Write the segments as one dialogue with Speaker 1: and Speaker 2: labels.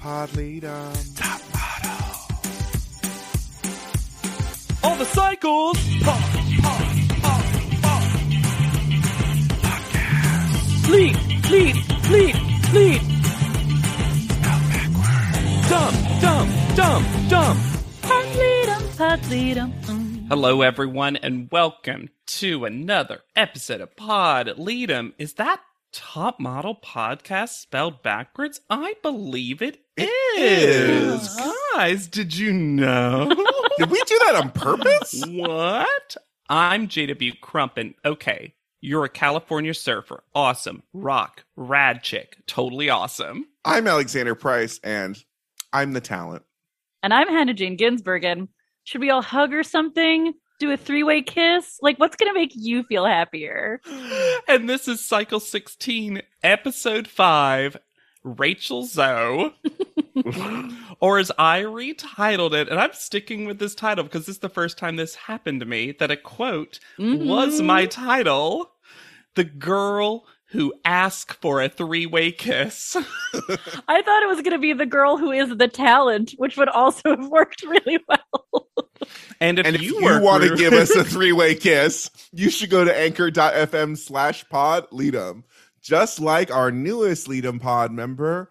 Speaker 1: pod um, leader.
Speaker 2: Top model. All the cycles. Pop, pop, pop, pop. Podcast. Lead, lead, lead, lead. Out backward. Dumb, dumb, dumb, dumb.
Speaker 3: um.
Speaker 2: Hello, everyone, and welcome to another episode of Pod Lead'em. Is that Top Model Podcast spelled backwards? I believe it is.
Speaker 1: is.
Speaker 2: Guys, did you know?
Speaker 1: Did we do that on purpose?
Speaker 2: what? I'm JW Crumpin. Okay, you're a California surfer. Awesome. Rock. Rad chick. Totally awesome.
Speaker 1: I'm Alexander Price, and I'm the talent.
Speaker 3: And I'm Hannah Jane Ginsbergen. Should we all hug or something? Do a three way kiss? Like, what's going to make you feel happier?
Speaker 2: And this is Cycle 16, Episode 5, Rachel Zoe. or as I retitled it, and I'm sticking with this title because this is the first time this happened to me, that a quote was
Speaker 1: Mm-hmm.
Speaker 3: Mhm.
Speaker 2: my title The Girl Who Asked for a Three Way Kiss.
Speaker 3: I thought it was going to be the girl who is the talent, which would also have worked really well.
Speaker 2: And if,
Speaker 1: and if you,
Speaker 2: were
Speaker 1: want to
Speaker 2: Gru-
Speaker 1: give us a three-way kiss, you should go to anchor.fm slash pod leadem. Just like our newest leadem pod member,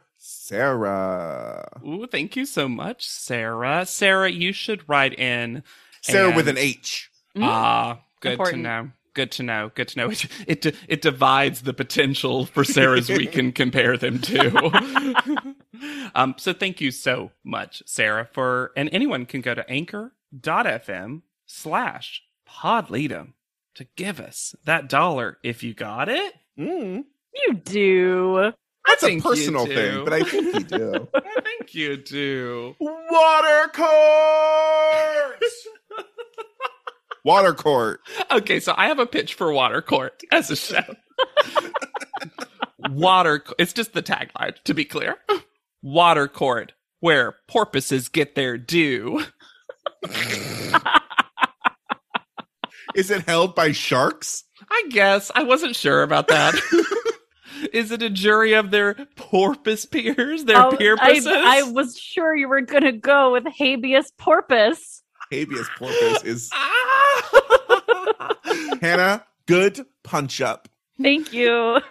Speaker 1: Sarah.
Speaker 2: Ooh, thank you so much, Sarah. Sarah, you should write in.
Speaker 1: Sarah with an
Speaker 2: And-
Speaker 1: H.
Speaker 3: Mm.
Speaker 2: Ah, good
Speaker 3: Important.
Speaker 2: to know. Good to know. Good to know. It it, di- it divides the potential for Sarah's we can compare them to. um, so thank you so much, Sarah, for and anyone can go to anchor.fm slash podleadem to give us that dollar if you got it.
Speaker 1: Mm.
Speaker 3: you do.
Speaker 1: That's a
Speaker 2: think Hmm, you
Speaker 1: personal
Speaker 2: do.
Speaker 1: thing, but I think you do.
Speaker 2: I think you do.
Speaker 1: Water court! Water court.
Speaker 2: Okay, so I have a pitch for Water Court as a show. Water, it's just the tagline, to be clear. Water Court, where porpoises get their due.
Speaker 1: Is it held by sharks?
Speaker 2: I guess. I wasn't sure about that. Is it a jury of their porpoise peers, their
Speaker 3: Oh, I,
Speaker 2: peerpasses?
Speaker 3: I was sure you were going to go with habeas porpoise.
Speaker 1: Habeas corpus is
Speaker 2: Ah!
Speaker 1: Hannah. Good punch up.
Speaker 3: Thank you.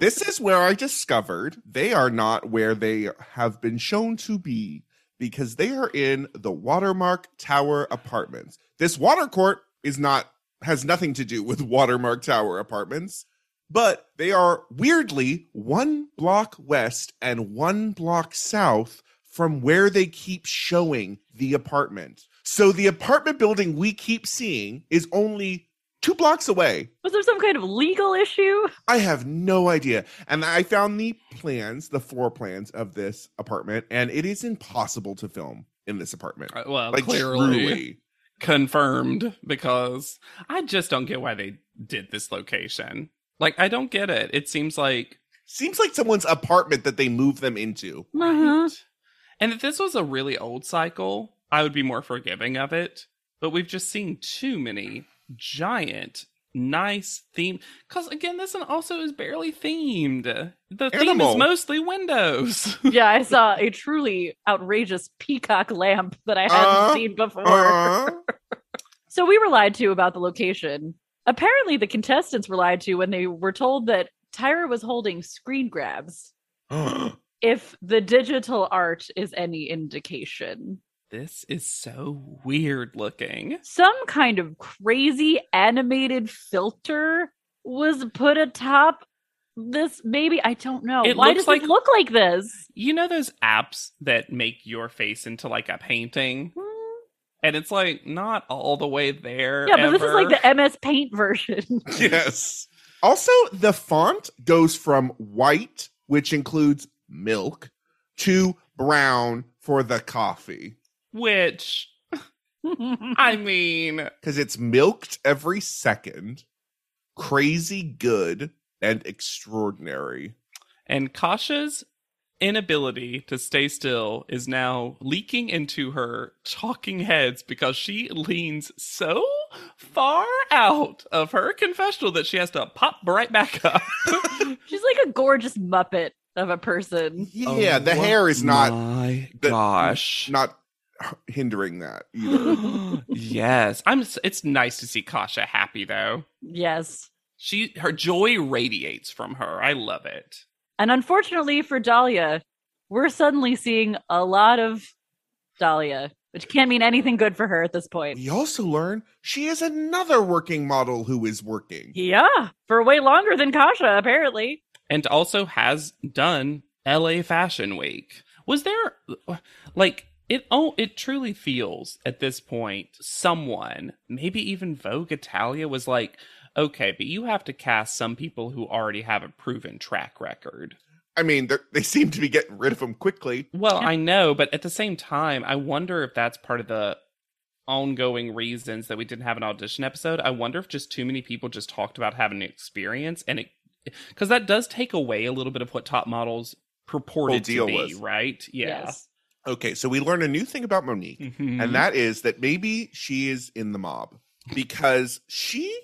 Speaker 1: This is where I discovered they are not where they have been shown to be because they are in the Watermark Tower Apartments. This water court is not has nothing to do with Watermark Tower Apartments, but they are weirdly one block west and one block south from where they keep showing the apartment. So the apartment building we keep seeing is only 2 blocks away
Speaker 3: Was there some kind of legal issue?
Speaker 1: I have no idea. And I found the plans, the floor plans of this apartment, and it is impossible to film in this apartment.
Speaker 2: well,
Speaker 1: like
Speaker 2: Uh, clearly.
Speaker 1: truly.
Speaker 2: confirmed because I just don't get why they did this location. Like, I don't get it. It seems like.
Speaker 1: Seems like someone's apartment that they move them into.
Speaker 3: Uh-huh.
Speaker 2: Right? And if this was a really old cycle, I would be more forgiving of it. But we've just seen too many giant, nice theme. Because again, this one also is barely themed. The theme
Speaker 1: Animal.
Speaker 2: is mostly windows.
Speaker 3: Yeah, I saw a truly outrageous peacock lamp that I hadn't
Speaker 1: Uh,
Speaker 3: seen before.
Speaker 2: uh-uh.
Speaker 1: Uh,
Speaker 3: So we were lied to about the location. Apparently, the contestants were lied to when they were told that Tyra was holding screen grabs. If the digital art is any indication,
Speaker 2: this is so weird looking.
Speaker 3: some kind of crazy animated filter was put atop this. Maybe I don't know.
Speaker 2: It
Speaker 3: Why
Speaker 2: looks
Speaker 3: does
Speaker 2: like-
Speaker 3: it look like this?
Speaker 2: You know those apps that make your face into like a painting? And it's like not all the way there.
Speaker 3: Yeah, but this is like
Speaker 2: ever.
Speaker 3: the MS Paint version.
Speaker 1: yes. Also, the font goes from white, which includes milk, to brown for the coffee.
Speaker 2: Which, I mean,
Speaker 1: Because it's milked every second. Crazy good and extraordinary.
Speaker 2: and Kasha's inability to stay still is now leaking into her talking heads because she leans so far out of her confessional that she has to pop right back up.
Speaker 3: She's like a gorgeous Muppet of a person.
Speaker 1: Yeah,
Speaker 2: Oh,
Speaker 1: the hair is not
Speaker 2: My
Speaker 1: the-
Speaker 2: gosh.
Speaker 1: not hindering that either.
Speaker 2: yes, I'm. s- It's nice to see Kasha happy though.
Speaker 3: Yes.
Speaker 2: She her joy radiates from her. I love it.
Speaker 3: And unfortunately for Dahlia, we're suddenly seeing a lot of Dahlia, which can't mean anything good for her at this point.
Speaker 1: we also learn she is another working model who is working.
Speaker 3: Yeah, for way longer than Kasha, apparently.
Speaker 2: And also has done L.A. Fashion Week. Was there like it? Oh, it truly feels at this point someone, maybe even Vogue Italia, was like, okay, but you have to cast some people who already have a proven track record.
Speaker 1: I mean, they're- they seem to be getting rid of him quickly.
Speaker 2: Well,
Speaker 3: Yeah.
Speaker 2: I know, but at the same time, I wonder if that's part of the ongoing reasons that we didn't have an audition episode. I wonder if just too many people just talked about having an experience and it because that does take away a little bit of what top models purported
Speaker 1: deal
Speaker 2: to be,
Speaker 1: was.
Speaker 2: right? Yeah.
Speaker 3: Yes.
Speaker 1: Okay, so we learn a new thing about Monique,
Speaker 2: Mhm.
Speaker 1: and that is that maybe she is in the mob because she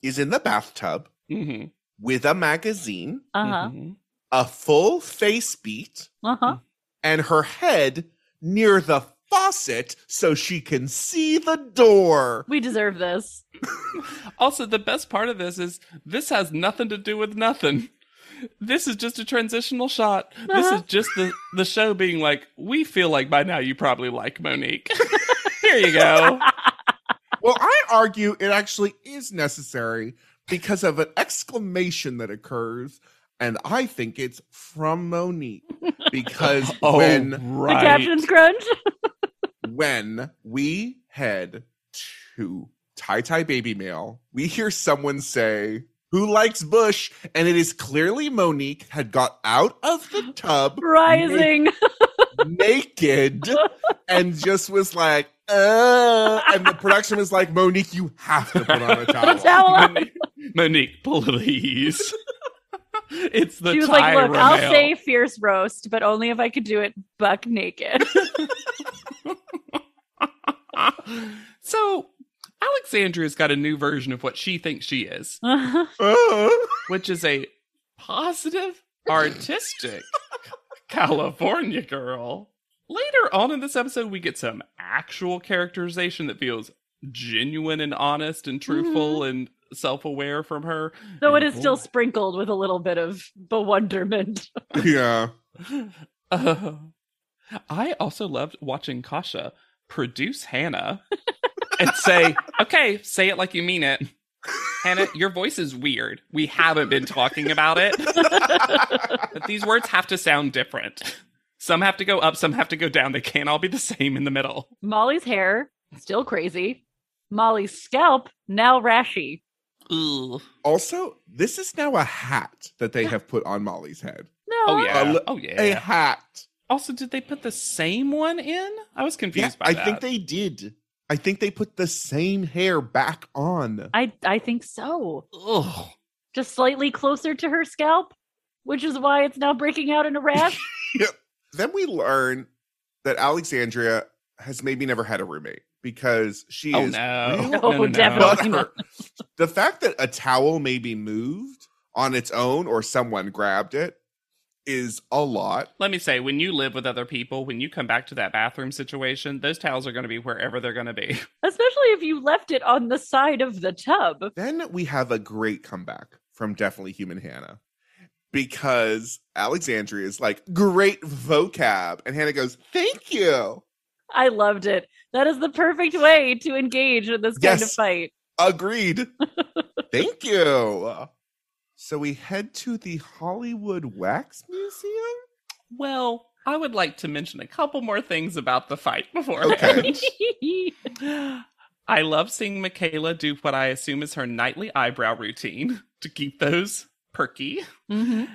Speaker 1: is in the bathtub
Speaker 2: Mhm.
Speaker 1: with a magazine,
Speaker 3: Uh huh.
Speaker 2: Mhm.
Speaker 1: a full face beat,
Speaker 3: Uh
Speaker 2: Mm-hmm.
Speaker 3: huh.
Speaker 1: and her head near the faucet so she can see the door.
Speaker 3: We deserve this.
Speaker 2: Also, the best part of this is this has nothing to do with nothing. This is just a transitional shot. This is
Speaker 3: Uh-huh.
Speaker 2: just the, the show being like, we feel like by now you probably like Monique. Here you go.
Speaker 1: Well, I argue it actually is necessary because of an exclamation that occurs, and I think it's from Monique because
Speaker 2: Oh.
Speaker 1: when
Speaker 3: The caption's grunge.
Speaker 1: when we head to Tie Tie Baby Mail, we hear someone say. Who likes Bush? And it is clearly Monique had got out of the tub
Speaker 3: Rising.
Speaker 1: naked and just was like, uh, and the production was like, Monique, you have to put on a
Speaker 3: Put a
Speaker 1: towel.
Speaker 3: towel on.
Speaker 2: Monique, Monique, please. it's the
Speaker 3: She was like,
Speaker 2: Tyra
Speaker 3: look, I'll
Speaker 2: Mail.
Speaker 3: say fierce roast, but only if I could do it buck naked.
Speaker 2: so Alexandria's got a new version of what she thinks she is,
Speaker 1: Uh.
Speaker 2: which is a positive, artistic California girl. Later on in this episode, we get some actual characterization that feels genuine and honest and truthful
Speaker 3: Mm-hmm.
Speaker 2: and self-aware from her.
Speaker 3: Though it
Speaker 2: And
Speaker 3: is still
Speaker 2: boy.
Speaker 3: sprinkled with a little bit of bewilderment.
Speaker 1: Yeah.
Speaker 2: Uh, I also loved watching Kasha produce Hannah and say, okay, say it like you mean it. Hannah, your voice is weird. We haven't been talking about it. But these words have to sound different. Some have to go up, some have to go down. They can't all be the same in the middle.
Speaker 3: Molly's hair, still crazy. Molly's scalp, now rashy.
Speaker 2: Ooh.
Speaker 1: Also, this is now a hat that they have put on Molly's head.
Speaker 3: No.
Speaker 2: Oh, yeah.
Speaker 1: li-
Speaker 2: Oh,
Speaker 1: A
Speaker 2: yeah.
Speaker 1: hat.
Speaker 2: Also, did they put the same one in? I was
Speaker 1: Yeah,
Speaker 2: confused by
Speaker 1: I
Speaker 2: that.
Speaker 1: think they did. I think they put the same hair back on.
Speaker 3: I, I think so.
Speaker 2: Ugh.
Speaker 3: Just slightly closer to her scalp, which is why it's now breaking out in a rash.
Speaker 1: Then we learn that Alexandria has maybe never had a roommate because she
Speaker 2: Oh,
Speaker 1: is
Speaker 2: no.
Speaker 1: real
Speaker 3: No,
Speaker 1: but
Speaker 3: definitely
Speaker 1: her, the fact that a towel may be moved on its own or someone grabbed it is a lot.
Speaker 2: Let me say, when you live with other people, when you come back to that bathroom situation, those towels are going to be wherever they're going to be.
Speaker 3: Especially if you left it on the side of the tub.
Speaker 1: Then we have a great comeback from Definitely Human Hannah because Alexandria is like, great vocab. And Hannah goes, thank you.
Speaker 3: I loved it. That is the perfect way to engage in this kind of
Speaker 1: Yes.
Speaker 3: fight.
Speaker 1: Agreed. thank you. So we head to the Hollywood Wax Museum.
Speaker 2: Well, I would like to mention a couple more things about the fight
Speaker 1: Okay.
Speaker 2: beforehand. I love seeing Michaela do what I assume is her nightly eyebrow routine to keep those perky. Mm-hmm.
Speaker 3: Mhm.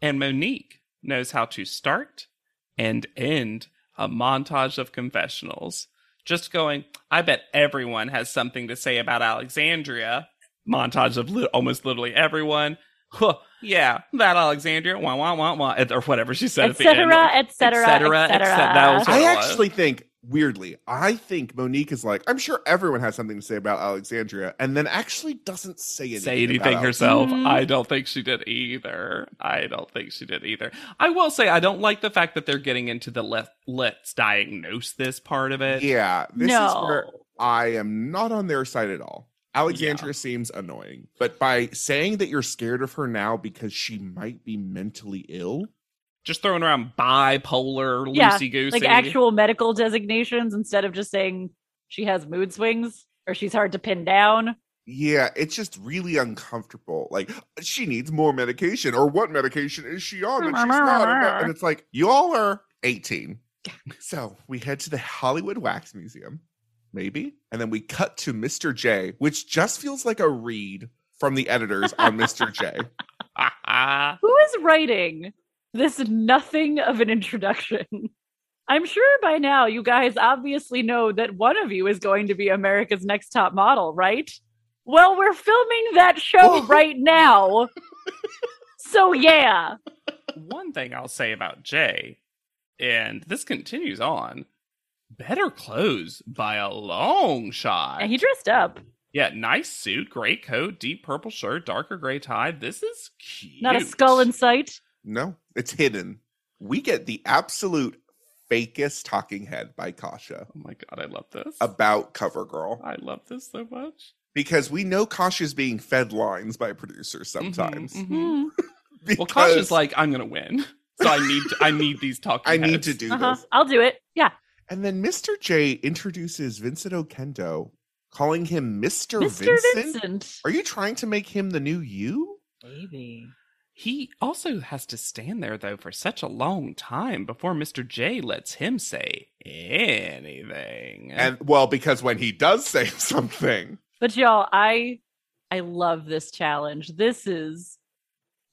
Speaker 2: And Monique knows how to start and end a montage of confessionals. Just going, I bet everyone has something to say about Alexandria. Montage of li- almost literally everyone. Huh, yeah, that Alexandria, wah, wah, wah, wah, or whatever she said
Speaker 3: Et
Speaker 2: at the end.
Speaker 3: cetera, et cetera, et
Speaker 2: Et cetera, et
Speaker 3: cetera.
Speaker 2: cetera. That was-
Speaker 1: I
Speaker 2: Hello.
Speaker 1: actually think weirdly, I think Monique is like, I'm sure everyone has something to say about Alexandria, and then actually doesn't say anything.
Speaker 2: say anything
Speaker 1: about
Speaker 2: herself.
Speaker 3: Mhm.
Speaker 2: I don't think she did either. I don't think she did either. I will say I don't like the fact that they're getting into the let let's diagnose this part of it.
Speaker 1: Alexandria. Yeah, this is
Speaker 3: no.
Speaker 1: where I am not on their side at all. Alexandria seems annoying, but by saying that you're scared of her now because she might be mentally ill,
Speaker 2: Just throwing around bipolar,
Speaker 3: Yeah,
Speaker 2: loosey goosey.
Speaker 3: like actual medical designations instead of just saying she has mood swings or she's hard to pin down.
Speaker 1: yeah, it's just really uncomfortable. Like she needs more medication, or what medication is she on that she's not? And it's like you all are 18, so we head to the Hollywood Wax Museum, maybe, and then we cut to Mr. J, which just feels like a read from the editors on Mr. J.
Speaker 3: Who is writing this nothing of an introduction? I'm sure by now you guys obviously know that one of you is going to be America's Next Top Model, right? Well, we're filming that show right now. So, yeah.
Speaker 2: One thing I'll say about Jay, and this continues on. Better clothes by a long shot.
Speaker 3: And he dressed up.
Speaker 2: yeah, nice suit, gray coat, deep purple shirt, darker gray tie. This is cute.
Speaker 3: Not a skull in sight.
Speaker 1: No, it's hidden. We get the absolute fakest talking head by Kasha
Speaker 2: Oh my god, I love this.
Speaker 1: about CoverGirl.
Speaker 2: I love this so much.
Speaker 1: because we know Kasha's being fed lines by producers sometimes.
Speaker 2: Mhm, mhm.
Speaker 3: Hmm.
Speaker 2: Well,
Speaker 1: because
Speaker 2: Kasha's like, I'm gonna win, so I need to, I need these talking.
Speaker 1: I need to
Speaker 2: heads.
Speaker 1: do
Speaker 3: Uh-huh.
Speaker 1: this.
Speaker 3: I'll do it. Yeah.
Speaker 1: And then Mr. J introduces Vincent Okendo, calling him Mr.
Speaker 3: Mr.
Speaker 1: Oh, Vincent?
Speaker 3: Vincent.
Speaker 1: Are you trying to make him the new you?
Speaker 3: Maybe.
Speaker 2: He also has to stand there though for such a long time before Mr. J lets him say anything.
Speaker 1: And well, because when he does say something,
Speaker 3: But y'all, I I love this challenge. This is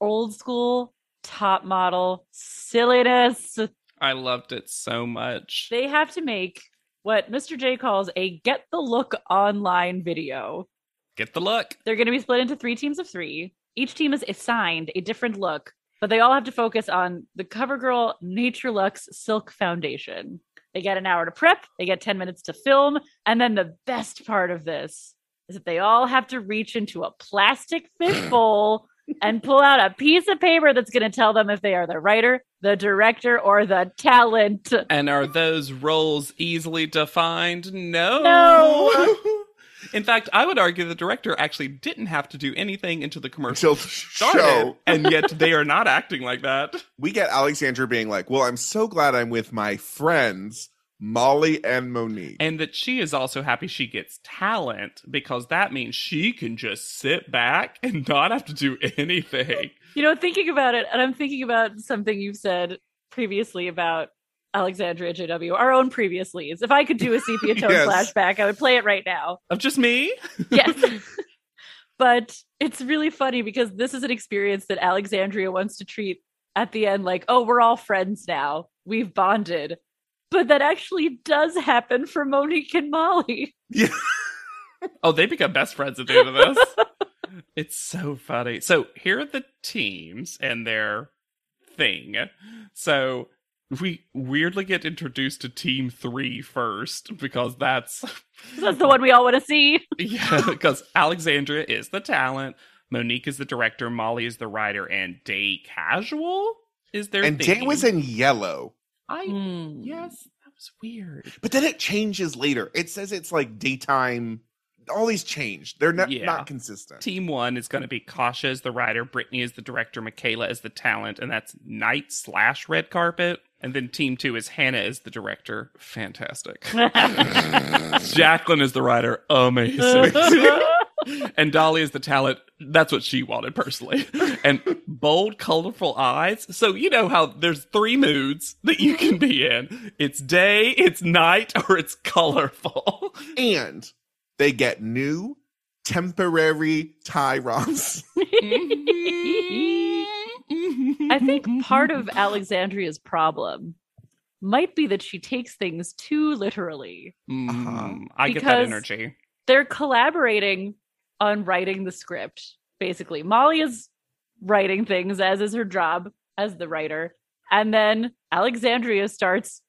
Speaker 3: old school top model silliness.
Speaker 2: I loved it so much.
Speaker 3: They have to make what Mr. J calls a get the look online video.
Speaker 2: Get the look.
Speaker 3: They're going to be split into three teams of 3. Each team is assigned a different look, but they all have to focus on the CoverGirl Nature Lux Silk Foundation. They get an hour to prep, they get 10 minutes to film, and then the best part of this is that they all have to reach into a plastic fishbowl and pull out a piece of paper that's going to tell them if they are the writer, the director, or the talent.
Speaker 2: And are those roles easily defined? No.
Speaker 3: No.
Speaker 2: In fact, I would argue the director actually didn't have to do anything until the commercial
Speaker 1: until the
Speaker 2: started,
Speaker 1: show,
Speaker 2: and yet they are not acting like that.
Speaker 1: we get Alexandra being like, Well, I'm so glad I'm with my friends, Molly and Monique.
Speaker 2: and that she is also happy she gets talent because that means she can just sit back and not have to do anything.
Speaker 3: You know, thinking about it, and I'm thinking about something you've said previously about Alexandria JW, our own previously's. If I could do a sepia tone
Speaker 1: Yes.
Speaker 3: flashback, I would play it right now.
Speaker 2: Of just me?
Speaker 3: Yes. but it's really funny because this is an experience that Alexandria wants to treat at the end like, oh, we're all friends now. We've bonded. But that actually does happen for Monique and Molly.
Speaker 2: Oh, they become best friends at the end of this. it's so funny. So here are the teams and their thing. So we weirdly get introduced to team three first because that's
Speaker 3: That's the one we all want to see.
Speaker 2: Yeah, because Alexandria is the talent, Monique is the director, Molly is the writer, and Day Casual is their
Speaker 1: and Jay
Speaker 2: theme.
Speaker 1: was in yellow.
Speaker 2: I yes, that was weird.
Speaker 1: But then it changes later. It says it's like daytime. All these changed. They're not,
Speaker 2: Yeah.
Speaker 1: not consistent.
Speaker 2: Team one is going to be Kasha as the writer, Brittany as the director, Michaela as the talent, and that's night slash red carpet. And then team two is Hannah as the director. Fantastic. Jacqueline is the writer. Amazing. and Dolly is the talent. That's what she wanted personally. And bold, colorful eyes. So you know how there's three moods that you can be in. It's day, it's night, or it's colorful.
Speaker 1: And they get new temporary tie romps.
Speaker 3: I think part of Alexandria's problem might be that she takes things too literally.
Speaker 2: Mm, I get that
Speaker 3: Because-
Speaker 2: energy.
Speaker 3: They're collaborating on writing the script, basically. Molly is writing things, as is her job as the writer. And then Alexandria starts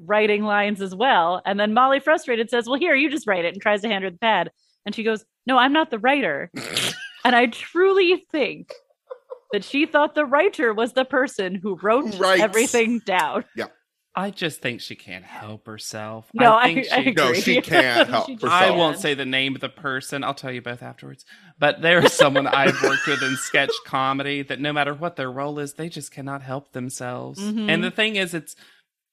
Speaker 3: writing lines as well. And then Molly, frustrated, says, Well, here, you just write it, and tries to hand her the pad. And she goes, No, I'm not the writer. and I truly think that she thought the writer was the person who wrote
Speaker 1: Who writes.
Speaker 3: everything down.
Speaker 2: I just think she can't help herself.
Speaker 3: No, I,
Speaker 2: think
Speaker 3: I
Speaker 2: she-
Speaker 3: agree.
Speaker 1: No, she can't help
Speaker 3: just
Speaker 1: herself.
Speaker 2: I
Speaker 1: So-
Speaker 2: won't say the name of the person. I'll tell you both afterwards. But there is someone I've worked with in sketch comedy that no matter what their role is, they just cannot help themselves.
Speaker 3: Mhm.
Speaker 2: And the thing is, it's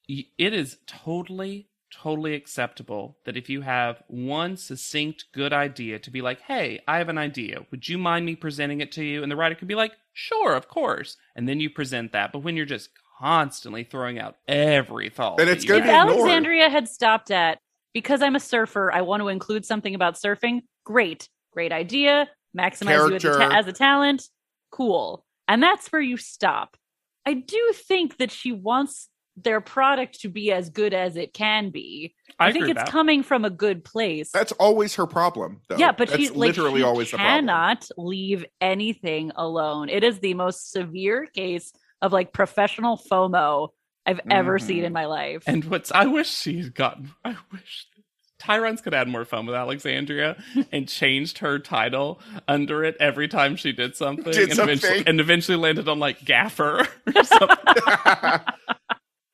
Speaker 2: it is totally, totally acceptable that if you have one succinct good idea to be like, "Hey, I have an idea. Would you mind me presenting it to you?" And the writer could be like, "Sure, of course." And then you present that. But when you're just constantly throwing out every thought,
Speaker 1: Then
Speaker 2: that
Speaker 1: it's
Speaker 2: you
Speaker 1: gonna
Speaker 3: If
Speaker 1: be
Speaker 2: have-
Speaker 1: ignored.
Speaker 3: Alexandria had stopped at, because I'm a surfer, I want to include something about surfing. Great. Great idea. Maximize you as a,
Speaker 1: Character.
Speaker 3: ta- as a talent. Cool. And that's where you stop. I do think that she wants their product to be as good as it can be. I,
Speaker 2: agree
Speaker 3: think
Speaker 2: with
Speaker 3: it's
Speaker 2: that.
Speaker 3: coming from a good place.
Speaker 1: That's always her problem, though.
Speaker 3: yeah, but
Speaker 1: That's
Speaker 3: she like,
Speaker 1: literally
Speaker 3: she
Speaker 1: always the problem.
Speaker 3: cannot leave anything alone. It is the most severe case of like professional FOMO I've ever seen
Speaker 1: Mhm.
Speaker 3: in my life.
Speaker 2: Mm-hmm. And what's I wish she had gotten I wish Tyrone's could have had more fun with Alexandria and changed her title under it every time she did something,
Speaker 1: Did
Speaker 2: and, Eventually,
Speaker 1: something.
Speaker 2: and eventually landed on like gaffer or something.
Speaker 1: uh,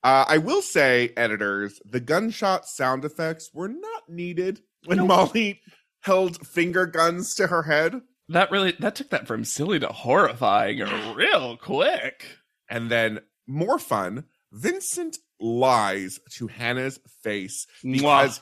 Speaker 1: I will say, editors, the gunshot sound effects were not needed when Molly held finger guns to her head.
Speaker 2: that really that took that from silly to horrifying real quick.
Speaker 1: And then, more fun, Vincent lies to Hannah's face
Speaker 2: Mwah.
Speaker 1: because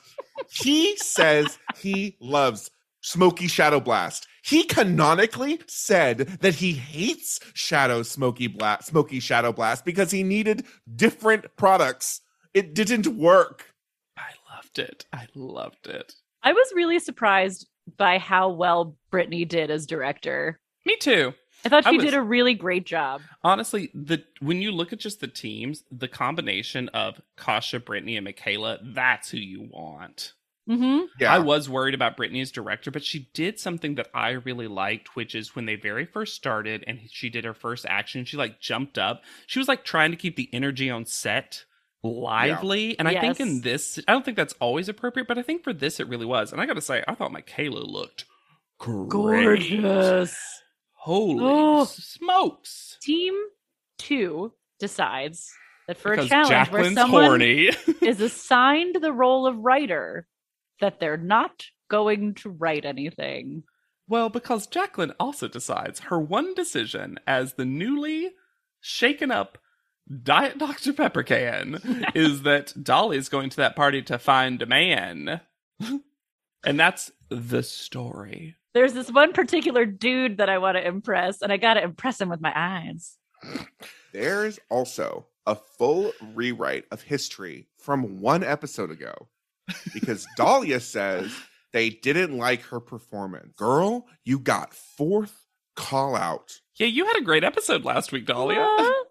Speaker 1: he says he loves Smoky Shadow Blast. He canonically said that he hates Shadow Smoky Blast, Smoky Shadow Blast because he needed different products. It didn't work.
Speaker 2: I loved it. I loved it.
Speaker 3: I was really surprised by how well Brittany did as director.
Speaker 2: Me too.
Speaker 3: I thought
Speaker 2: I
Speaker 3: she
Speaker 2: was-
Speaker 3: did a really great job.
Speaker 2: Honestly, the when you look at just the teams, the combination of Kasha, Brittany, and Michaela, that's who you want.
Speaker 3: hmm
Speaker 1: Yeah.
Speaker 2: I was worried about Brittany as director, but she did something that I really liked, which is when they very first started and she did her first action, she like jumped up. She was like trying to keep the energy on set lively. And I think in
Speaker 3: Yes.
Speaker 2: this, I don't think that's always appropriate, but I think for this, it really was. And I got to say, I thought Michaela looked great.
Speaker 3: Gorgeous.
Speaker 2: Holy
Speaker 3: Oh.
Speaker 2: smokes.
Speaker 3: Team two decides that for
Speaker 2: because
Speaker 3: a challenge where
Speaker 2: Jacqueline's
Speaker 3: someone
Speaker 2: horny.
Speaker 3: is assigned the role of writer, that they're not going to write anything.
Speaker 2: Well, because Jacqueline also decides her one decision as the newly shaken up Diet Dr. Pepper can is that Dolly's going to that party to find a man. and that's the story.
Speaker 3: There's this one particular dude that I want to impress, and I got to impress him with my eyes.
Speaker 1: There's also a full rewrite of history from one episode ago because Dahlia says they didn't like her performance. Girl, you got fourth call out.
Speaker 2: Yeah, you had a great episode last week, Dahlia.
Speaker 3: What?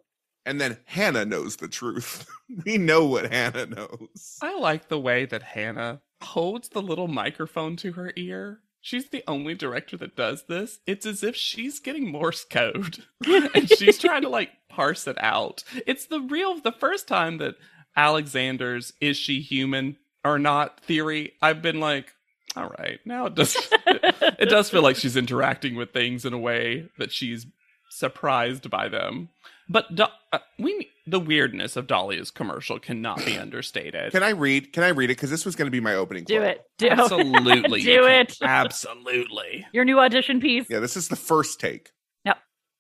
Speaker 1: And then Hannah knows the truth. we know what Hannah knows.
Speaker 2: I like the way that Hannah holds the little microphone to her ear. She's the only director that does this. It's as if she's getting Morse code and she's trying to like parse it out. It's the real, the first time that Alexander's is she human or not theory, I've been like, all right, now it does, it does feel like she's interacting with things in a way that she's surprised by them. But Do- uh, we, the weirdness of Dahlia's commercial cannot be understated.
Speaker 1: Can I read? Can I read it? Because this was going to be my opening.
Speaker 3: Do
Speaker 1: quote.
Speaker 3: it. Do it.
Speaker 2: Absolutely.
Speaker 3: Do it.
Speaker 2: Absolutely.
Speaker 3: Your new audition piece.
Speaker 1: Yeah, this is the first take.
Speaker 3: Yep.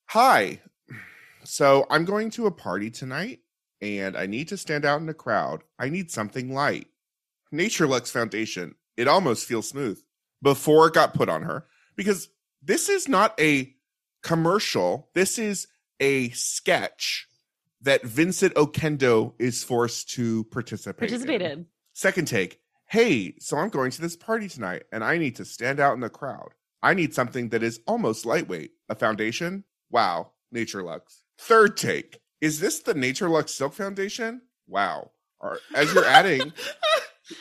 Speaker 1: Hi. So I'm going to a party tonight and I need to stand out in the crowd. I need something light. Nature Lux Foundation. It almost feels smooth before it got put on her because this is not a commercial. This is a sketch that Vincent Okendo is forced to participate. in.
Speaker 3: Participated.
Speaker 1: Second take, hey, so I'm going to this party tonight and I need to stand out in the crowd. I need something that is almost lightweight. A foundation? Wow, Nature Lux. Third take, is this the Nature Lux Silk Foundation? Wow. Or as you're adding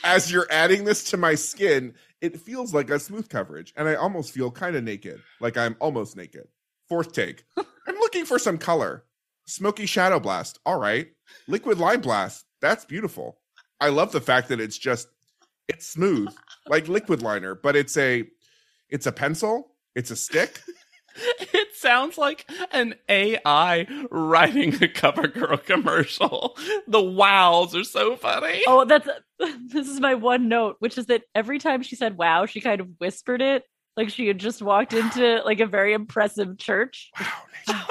Speaker 1: as you're adding this to my skin, it feels like a smooth coverage and I almost feel kind of naked, like I'm almost naked. Fourth take, I'm looking for some color. Smoky Shadow Blast. All right. Liquid Lime Blast. That's beautiful. I love the fact that it's just it's smooth like liquid liner, but it's a it's a pencil, it's a stick.
Speaker 2: It sounds like an AI writing a CoverGirl commercial. The wows are so funny.
Speaker 3: Oh, that's this is my one note, which is that every time she said "wow," she kind of whispered it, like she had just walked into like a very impressive church.
Speaker 1: Wow. Nathan.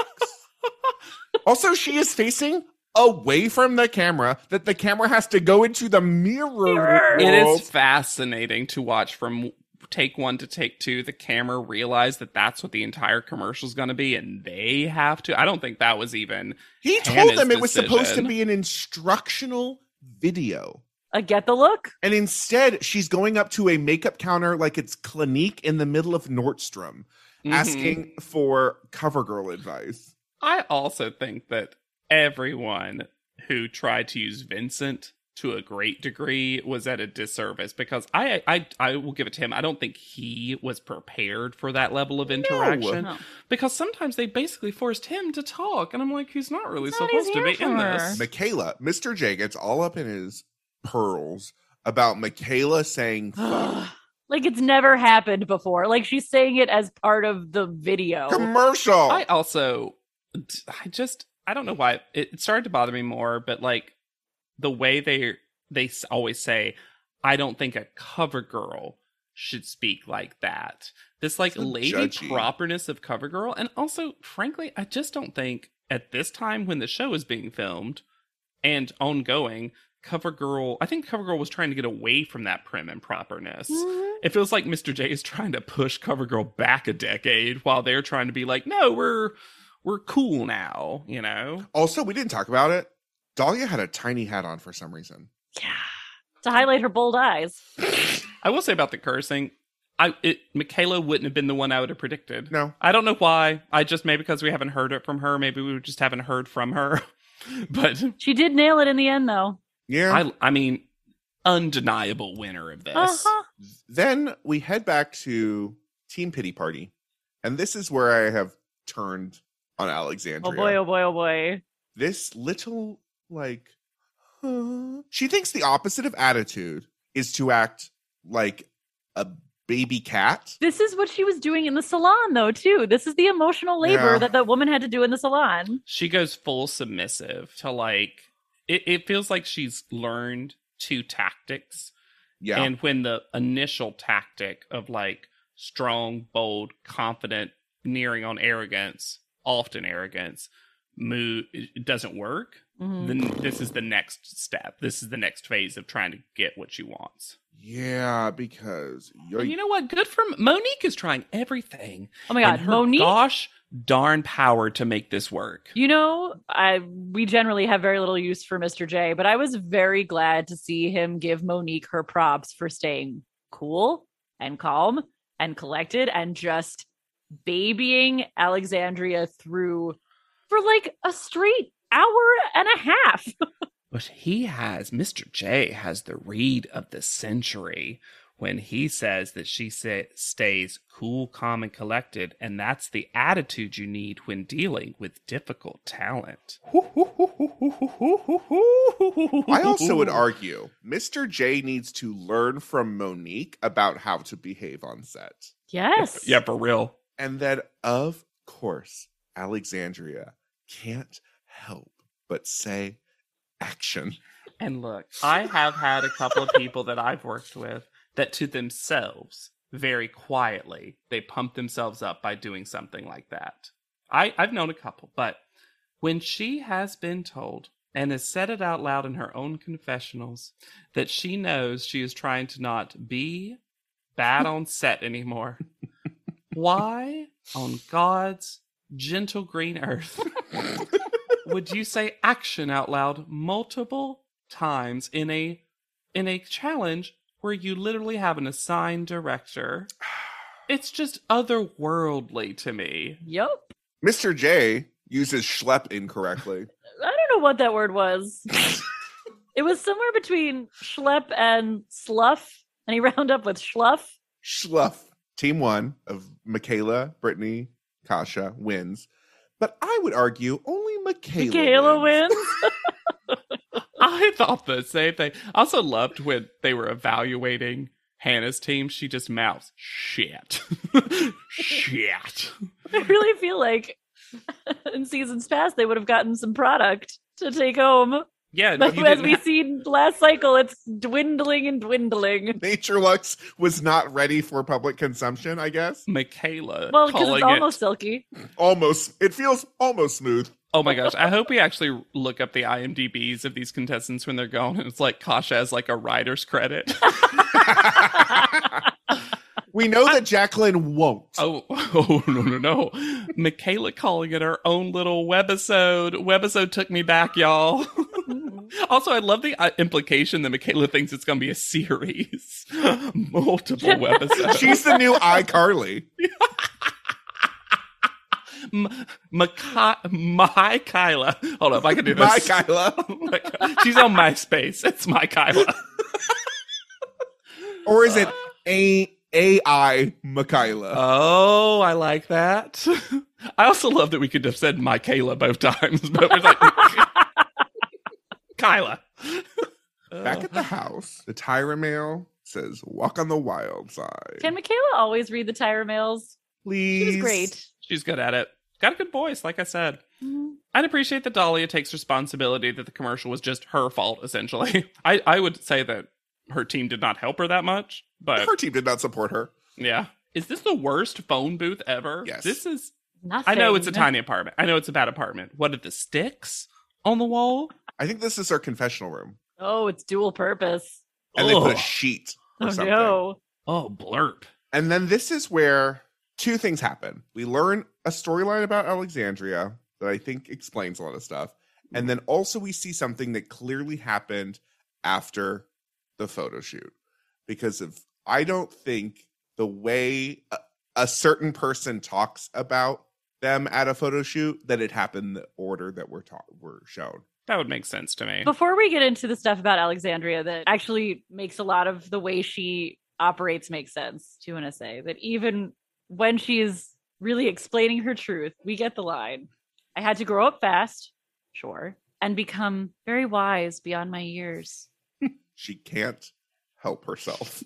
Speaker 1: also, she is facing away from the camera that the camera has to go into the mirror.
Speaker 3: Mirror.
Speaker 2: It
Speaker 1: world.
Speaker 2: is fascinating to watch from take one to take two. The camera realized that that's what the entire commercial is going to be, and they have to. I don't think that was even.
Speaker 1: He told
Speaker 2: Hannah's
Speaker 1: them it was supposed to
Speaker 2: decision.
Speaker 1: be an instructional video.
Speaker 3: Uh, get the look.
Speaker 1: And instead, she's going up to a makeup counter like it's Clinique in the middle of Nordstrom,
Speaker 3: Mm-hmm.
Speaker 2: Mhm.
Speaker 1: asking for CoverGirl advice.
Speaker 2: I also think that everyone who tried to use Vincent to a great degree was at a disservice because I I I will give it to him. I don't think he was prepared for that level of interaction
Speaker 3: No.
Speaker 2: because sometimes they basically forced him to talk, and I'm like, he's not really
Speaker 4: That's not what
Speaker 2: supposed
Speaker 4: he's
Speaker 2: to be in
Speaker 4: here for.
Speaker 2: this.
Speaker 1: Michaela, Mr. J gets all up in his pearls about Michaela saying fuck.
Speaker 3: Like it's never happened before. Like she's saying it as part of the video.
Speaker 1: commercial.
Speaker 2: I also, I just, I don't know why it it started to bother me more, but like the way they they s- always say, I don't think a cover girl should speak like that. This like
Speaker 1: So
Speaker 2: lady
Speaker 1: judgy.
Speaker 2: properness of cover girl, and also, frankly, I just don't think at this time when the show is being filmed and ongoing. CoverGirl, I think CoverGirl was trying to get away from that prim and properness. It feels like Mr. J is trying to push CoverGirl back a decade while they're trying to be like, no, we're we're cool now, you know?
Speaker 1: also, we didn't talk about it. Dahlia had a tiny hat on for some reason.
Speaker 3: Yeah. To highlight her bold eyes.
Speaker 2: I will say about the cursing, I it Michaela wouldn't have been the one I would have predicted.
Speaker 1: No.
Speaker 2: I don't know why. I just maybe because we haven't heard it from her, maybe we just haven't heard from her. but
Speaker 3: She did nail it in the end though.
Speaker 1: Yeah.
Speaker 2: I I mean, undeniable winner of this.
Speaker 3: Uh-huh.
Speaker 1: then we head back to Team Pity Party. And this is where I have turned on Alexandria.
Speaker 3: Oh boy, oh boy, oh boy.
Speaker 1: This little, like, huh? she thinks the opposite of attitude is to act like a baby cat.
Speaker 3: This is what she was doing in the salon though, too. This is the emotional labor
Speaker 1: Yeah.
Speaker 3: that that woman had to do in the salon.
Speaker 2: she goes full submissive to like it, it feels like she's learned two tactics
Speaker 1: Yeah.
Speaker 2: And when the initial tactic of like strong, bold, confident, nearing on arrogance, often arrogance, move it doesn't work,
Speaker 3: Mhm.
Speaker 2: then this is the next step. This is the next phase of trying to get what she wants.
Speaker 1: yeah, because yo-
Speaker 2: And you know what? Good for Monique is trying everything.
Speaker 3: Oh my god,
Speaker 2: and her
Speaker 3: Monique.
Speaker 2: Gosh darn power to make this work.
Speaker 3: You know, I we generally have very little use for Mr. J, but I was very glad to see him give Monique her props for staying cool and calm and collected and just babying Alexandria through for like a straight hour and a half.
Speaker 2: But he has, Mr. J has the read of the century when he says that she sa- stays cool, calm, and collected. And that's the attitude you need when dealing with difficult talent.
Speaker 1: I
Speaker 2: I
Speaker 1: also would argue Mr. J needs to learn from Monique about how to behave on set.
Speaker 3: Yes.
Speaker 2: Yeah, for real.
Speaker 1: And then, of course, Alexandria can't help but say action.
Speaker 2: And look, I have had a couple of people that I've worked with that to themselves, very quietly, they pump themselves up by doing something like that. I, I've known a couple, but when she has been told and has said it out loud in her own confessionals that she knows she is trying to not be bad on set anymore, why on God's gentle green earth would you say action out loud multiple times in a in a challenge where you literally have an assigned director it's just otherworldly to me
Speaker 3: Yep.
Speaker 1: Mr. J uses schlep incorrectly.
Speaker 3: I don't know what that word was. it was somewhere between schlep and slough, and he round up with schluff.
Speaker 1: Schluff. Team one of Michaela, Brittany, Kasha wins. But I would argue only Michaela.
Speaker 3: Michaela wins.
Speaker 2: I thought the same thing. I also loved when they were evaluating Hannah's team, she just mouths shit. shit.
Speaker 3: I really feel like in seasons past they would have gotten some product to take home.
Speaker 2: Yeah,
Speaker 3: But
Speaker 2: you
Speaker 3: as
Speaker 2: didn't
Speaker 3: we
Speaker 2: have-
Speaker 3: seen last cycle, it's dwindling and dwindling.
Speaker 1: Nature Lux was not ready for public consumption, I guess.
Speaker 2: Michaela
Speaker 3: Well, because
Speaker 2: calling
Speaker 3: it's
Speaker 2: it.
Speaker 3: almost silky.
Speaker 1: Almost. It feels almost smooth.
Speaker 2: Oh my gosh! I hope we actually look up the IMDb's of these contestants when they're gone, and it's like Kasha has like a writer's credit.
Speaker 1: we know that Jacqueline won't.
Speaker 2: oh, oh no no no! Michaela calling it her own little webisode. Webisode took me back, y'all. also, I love the uh, implication that Michaela thinks it's going to be a series, multiple webisodes.
Speaker 1: She's the new iCarly.
Speaker 2: M- Maca- my Kyla. Hold up, I can do this.
Speaker 1: Bye, Kyla.
Speaker 2: My Ky- She's on MySpace. It's my Kyla.
Speaker 1: Or is it A AI Michaela?
Speaker 2: Oh, I like that. I also love that we could have said my Kayla both times, but we're like Kyla.
Speaker 1: Back at the house, the Tyra mail says, "Walk on the wild side."
Speaker 3: Can Michaela always read the Tyra mails?
Speaker 1: Please,
Speaker 3: She's great.
Speaker 2: She's good at it. Got a good voice, like I said.
Speaker 3: Mhm.
Speaker 2: I'd appreciate that Dahlia takes responsibility that the commercial was just her fault, essentially. I, I would say that her team did not help her that much, but
Speaker 1: Her team did not support her.
Speaker 2: yeah. Is this the worst phone booth ever?
Speaker 1: Yes.
Speaker 2: This is
Speaker 3: Nothing.
Speaker 2: I know it's a tiny apartment. I know it's a bad apartment. What are the sticks on the wall?
Speaker 1: I think this is her confessional room,
Speaker 3: Oh, it's dual purpose.
Speaker 1: and they put a
Speaker 2: Ugh.
Speaker 1: sheet or
Speaker 3: Oh
Speaker 1: something.
Speaker 3: no.
Speaker 2: Oh, blurp.
Speaker 1: And then this is where two things happen. We learn a storyline about Alexandria that I think explains a lot of stuff. And then also we see something that clearly happened after the photo shoot because of I don't think the way a, a certain person talks about them at a photo shoot that it happened the order that we're taught were shown.
Speaker 2: That would make sense to me.
Speaker 3: Before we get into the stuff about Alexandria that actually makes a lot of the way she operates make sense, do you want to say that even when she's really explaining her truth, we get the line I had to grow up fast, sure, and become very wise beyond my years.
Speaker 1: She can't help herself.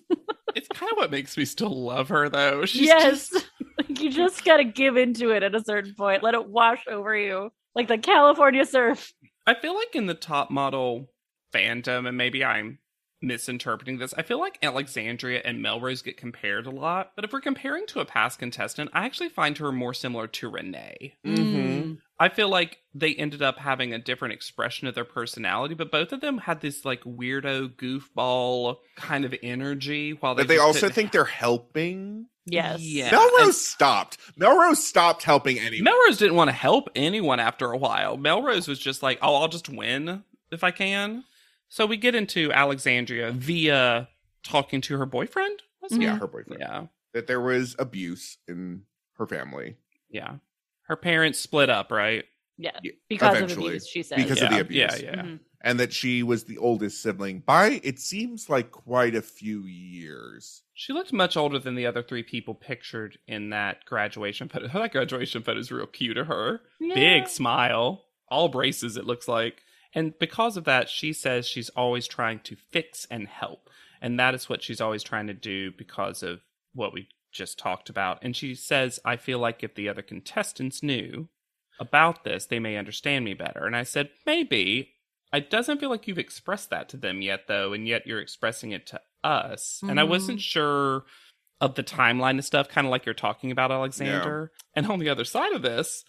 Speaker 2: it's kind of what makes me still love her, though. She's
Speaker 3: yes.
Speaker 2: just-
Speaker 3: like you just got to give into it at a certain point, let it wash over you like the California surf.
Speaker 2: I feel like in the top model fandom, and maybe I'm misinterpreting this, I feel like Alexandria and Melrose get compared a lot. But if we're comparing to a past contestant, I actually find her more similar to Renee.
Speaker 3: Mm-hmm. Mm.
Speaker 1: Mhm.
Speaker 2: I feel like they ended up having a different expression of their personality, but both of them had this like weirdo, goofball kind of energy. While they,
Speaker 1: But they
Speaker 2: just
Speaker 1: also
Speaker 2: couldn't-
Speaker 1: think they're helping.
Speaker 3: Yes.
Speaker 2: Yeah.
Speaker 1: Melrose
Speaker 2: and-
Speaker 1: stopped. Melrose stopped helping anyone.
Speaker 2: Melrose didn't want to help anyone after a while. Melrose was just like, oh, I'll just win if I can. So we get into Alexandria via talking to her boyfriend. Was he?
Speaker 1: Yeah, her boyfriend.
Speaker 2: Yeah.
Speaker 1: That there was abuse in her family
Speaker 2: Yeah. Her parents split up, right?
Speaker 3: Yeah.
Speaker 1: Yeah,
Speaker 3: Because
Speaker 1: eventually.
Speaker 3: of abuse, she says.
Speaker 1: Because of
Speaker 2: yeah.
Speaker 1: the abuse.
Speaker 2: Yeah, yeah.
Speaker 3: Mhm.
Speaker 1: and that she was the oldest sibling by, it seems like, quite a few years.
Speaker 2: She looked much older than the other three people pictured in that graduation photo. That graduation photo is real cute of her.
Speaker 3: Yeah.
Speaker 2: Big smile, all braces, it looks like. And because of that, she says she's always trying to fix and help. And that is what she's always trying to do because of what we just talked about. And she says, I feel like if the other contestants knew about this, they may understand me better. And I said, maybe. It doesn't feel like you've expressed that to them yet, though, and yet you're expressing it to us. And I
Speaker 3: Mhm.
Speaker 2: wasn't sure of the timeline and stuff, kind of like you're talking about, Alexander. And on the other side of this,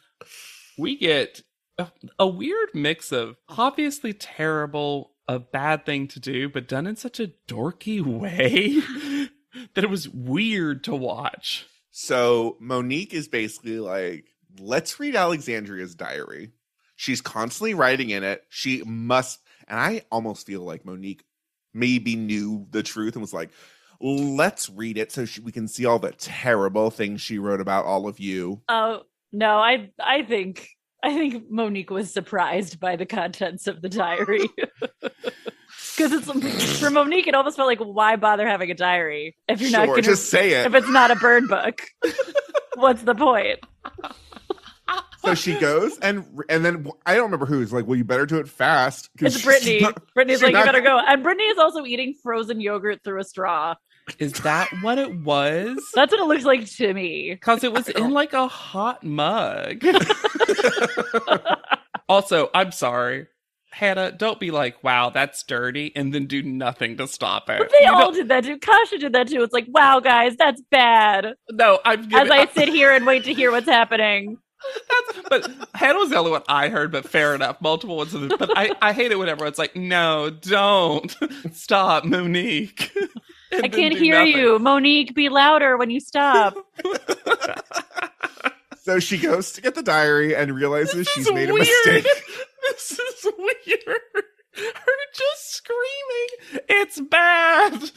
Speaker 2: we get a, a weird mix of obviously terrible, a bad thing to do, but done in such a dorky way that it was weird to watch.
Speaker 1: So Monique is basically like, let's read Alexandria's diary. She's constantly writing in it. She must, and I almost feel like Monique maybe knew the truth and was like, let's read it so she, we can see all the terrible things she wrote about all of you.
Speaker 3: Oh no, I I think I think Monique was surprised by the contents of the diary. Because it's for Monique, it almost felt like why bother having a diary if you're not
Speaker 1: sure,
Speaker 3: going to
Speaker 1: just say it.
Speaker 3: if it's not a burn book. What's the point?
Speaker 1: so she goes and and then I don't remember who's like, well, you better do it fast. 'cause
Speaker 3: It's
Speaker 1: she's
Speaker 3: Brittany.
Speaker 1: not-
Speaker 3: Brittany's
Speaker 1: she's
Speaker 3: like, you
Speaker 1: not-
Speaker 3: better go. And Brittany is also eating frozen yogurt through a straw.
Speaker 2: Is that what it was?
Speaker 3: That's what it looks like to me.
Speaker 2: Because it was in like a hot mug. also, I'm sorry. Hannah, don't be like, wow, that's dirty, and then do nothing to stop it.
Speaker 3: But they
Speaker 2: You
Speaker 3: all
Speaker 2: don't-
Speaker 3: did that too. Kasha did that too. It's like, wow, guys, that's bad.
Speaker 2: no, I'm
Speaker 3: As
Speaker 2: giving
Speaker 3: I sit here and wait to hear what's happening.
Speaker 2: That's, but Hannah was the only one I heard, but fair enough. Multiple ones. of the- But I, I hate it when everyone's like, no, don't. Stop, Monique.
Speaker 3: I can't hear you. Monique, be louder when you stop.
Speaker 1: So she goes to get the diary and realizes she's made a
Speaker 2: weird.
Speaker 1: mistake.
Speaker 2: This is weird. Her just screaming, it's bad. It's,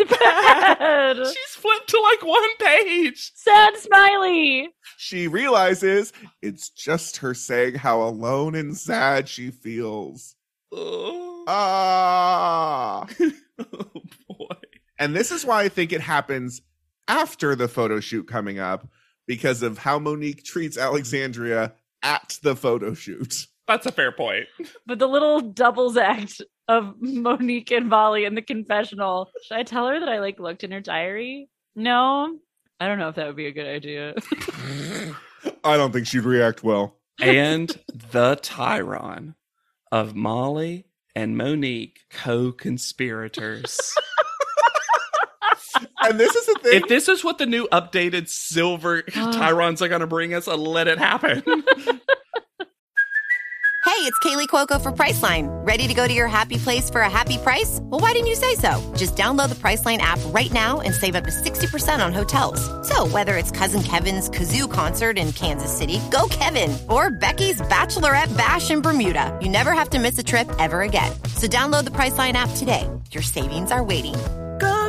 Speaker 3: it's
Speaker 2: bad.
Speaker 3: bad.
Speaker 2: She's flipped to like one page.
Speaker 3: Sad smiley.
Speaker 1: She realizes it's just her saying how alone and sad she feels.
Speaker 2: Oh,
Speaker 1: Ah.
Speaker 2: oh boy.
Speaker 1: And this is why I think it happens after the photo shoot coming up because of how Monique treats Alexandria at the photo shoot.
Speaker 2: That's a fair point.
Speaker 3: But the little doubles act of Monique and Molly in the confessional. Should I tell her that I like looked in her diary? No. I don't know if that would be a good idea.
Speaker 1: I don't think she'd react well.
Speaker 2: and the Tyron of Molly and Monique, co conspirators.
Speaker 1: And this is the thing.
Speaker 2: if this is what the new updated silver Tyrons are going to bring us, uh, let it happen.
Speaker 4: Hey, it's Kaylee Cuoco for Priceline. Ready to go to your happy place for a happy price? Well, why didn't you say so? Just download the Priceline app right now and save up to 60% on hotels. So, whether it's Cousin Kevin's Kazoo concert in Kansas City, go Kevin, or Becky's Bachelorette Bash in Bermuda, you never have to miss a trip ever again. So, download the Priceline app today. Your savings are waiting.
Speaker 5: Go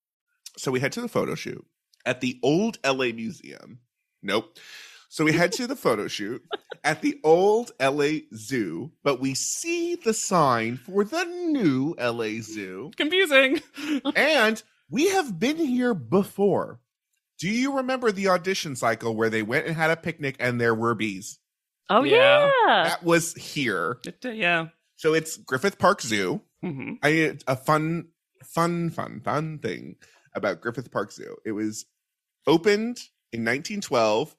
Speaker 1: so we head to the photo shoot at the old LA Museum. Nope. So we head to the photo shoot at the old LA Zoo, but we see the sign for the new LA Zoo.
Speaker 2: Confusing.
Speaker 1: And we have been here before. Do you remember the audition cycle where they went and had a picnic and there were bees?
Speaker 3: Oh
Speaker 2: Yeah.
Speaker 3: yeah.
Speaker 1: That was here.
Speaker 2: It, uh, yeah.
Speaker 1: So it's Griffith Park Zoo.
Speaker 2: hmm
Speaker 1: I a fun, fun, fun, fun thing about Griffith Park Zoo. It was opened in 1912,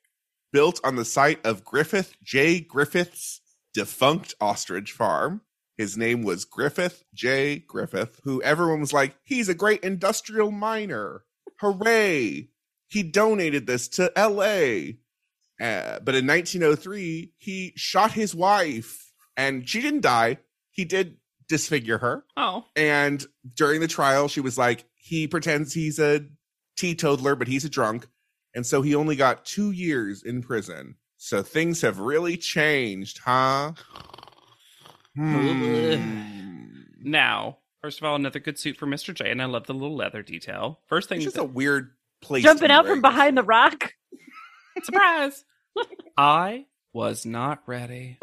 Speaker 1: built on the site of Griffith J. Griffith's defunct ostrich farm. His name was Griffith J. Griffith, who everyone was like, he's a great industrial miner. Hooray! He donated this to LA. Uh, but in 1903, he shot his wife and she didn't die. He did disfigure her.
Speaker 2: Oh.
Speaker 1: And during the trial, she was like, he pretends he's a teetotaler, but he's a drunk. And so he only got two years in prison. So things have really changed, huh? Hmm.
Speaker 2: Now, first of all, another good suit for Mr. J, and I love the little leather detail. First thing
Speaker 1: It's just
Speaker 2: that-
Speaker 1: a weird place.
Speaker 3: Jumping
Speaker 1: to
Speaker 3: out
Speaker 1: be
Speaker 3: from
Speaker 1: raised.
Speaker 3: behind the rock.
Speaker 2: Surprise! I was not ready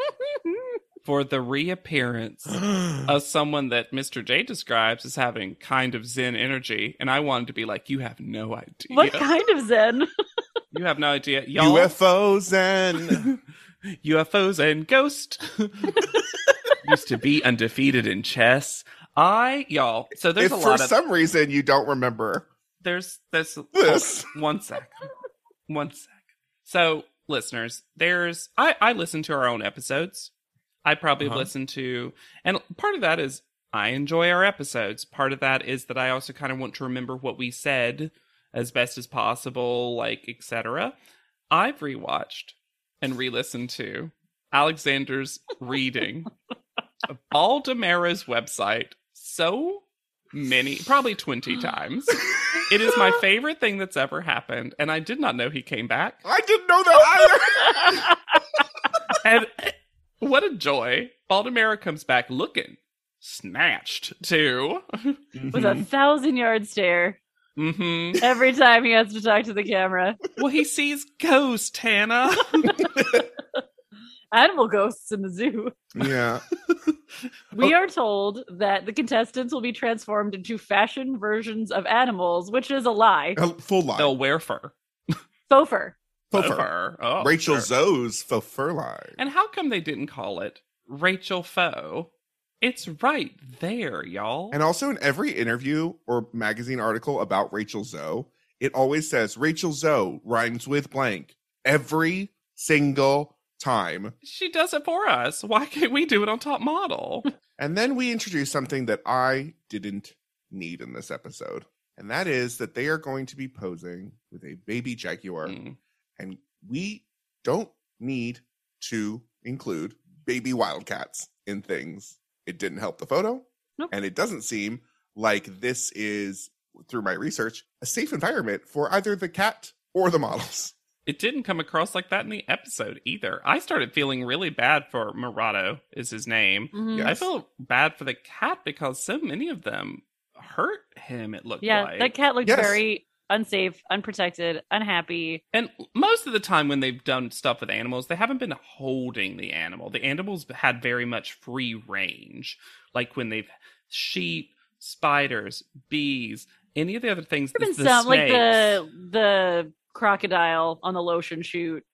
Speaker 2: for the reappearance of someone that Mr. J describes as having kind of Zen energy, and I wanted to be like, "You have no idea.
Speaker 3: What kind of Zen?
Speaker 2: You have no idea, y'all.
Speaker 1: UFOs and
Speaker 2: UFOs and ghost used to be undefeated in chess. I, y'all. So there's
Speaker 1: if
Speaker 2: a
Speaker 1: for
Speaker 2: lot of
Speaker 1: some reason you don't remember
Speaker 2: there's this
Speaker 1: This.
Speaker 2: one sec one sec so listeners there's i i listen to our own episodes i probably have
Speaker 1: Uh-huh.
Speaker 2: listened to and part of that is i enjoy our episodes part of that is that i also kind of want to remember what we said as best as possible like etc i've rewatched and re-listened to alexander's reading of aldemera's website so many, probably 20 times. It is my favorite thing that's ever happened. And I did not know he came back.
Speaker 1: I didn't know that
Speaker 2: And what a joy. Baldemera comes back looking snatched, too.
Speaker 1: either.
Speaker 3: with a thousand yard stare
Speaker 2: hmm
Speaker 3: every time he has to talk to the camera.
Speaker 2: Well, he sees ghosts, Hannah.
Speaker 3: Animal ghosts in the zoo.
Speaker 1: yeah.
Speaker 3: We
Speaker 1: Oh.
Speaker 3: are told that the contestants will be transformed into fashion versions of animals, which is a lie.
Speaker 1: A full lie.
Speaker 2: They'll wear fur.
Speaker 3: Faux fur.
Speaker 1: Faux
Speaker 2: Faux
Speaker 1: fur.
Speaker 2: fur. Oh,
Speaker 1: Rachel
Speaker 2: sure.
Speaker 1: Zoe's faux fur lie.
Speaker 2: And how come they didn't call it Rachel Foe? It's right there, y'all.
Speaker 1: And also in every interview or magazine article about Rachel Zoe, it always says Rachel Zoe rhymes with blank every single time.
Speaker 2: she does it for us. Why can't we do it on Top Model?
Speaker 1: And then we introduce something that I didn't need in this episode. And that is that they are going to be posing with a baby jaguar.
Speaker 2: Mm.
Speaker 1: And we don't need to include baby wildcats in things. It didn't help the photo.
Speaker 3: Nope.
Speaker 1: And it doesn't seem like this is, through my research, a safe environment for either the cat or the models.
Speaker 2: It didn't come across like that in the episode either. I started feeling really bad for Murado, is his name.
Speaker 3: Mhm.
Speaker 1: Yeah.
Speaker 2: I
Speaker 1: Yes.
Speaker 2: feel bad for the cat because so many of them hurt him, it looked
Speaker 3: Yeah,
Speaker 2: like.
Speaker 3: that cat looked
Speaker 1: Yes.
Speaker 3: very unsafe, unprotected, unhappy.
Speaker 2: And most of the time when they've done stuff with animals, they haven't been holding the animal. The animals had very much free range. Like when they've sheep, spiders, bees, any of the other things
Speaker 3: There have
Speaker 2: the-
Speaker 3: been
Speaker 2: the
Speaker 3: some, like
Speaker 2: snakes.
Speaker 3: the the crocodile on the lotion shoot.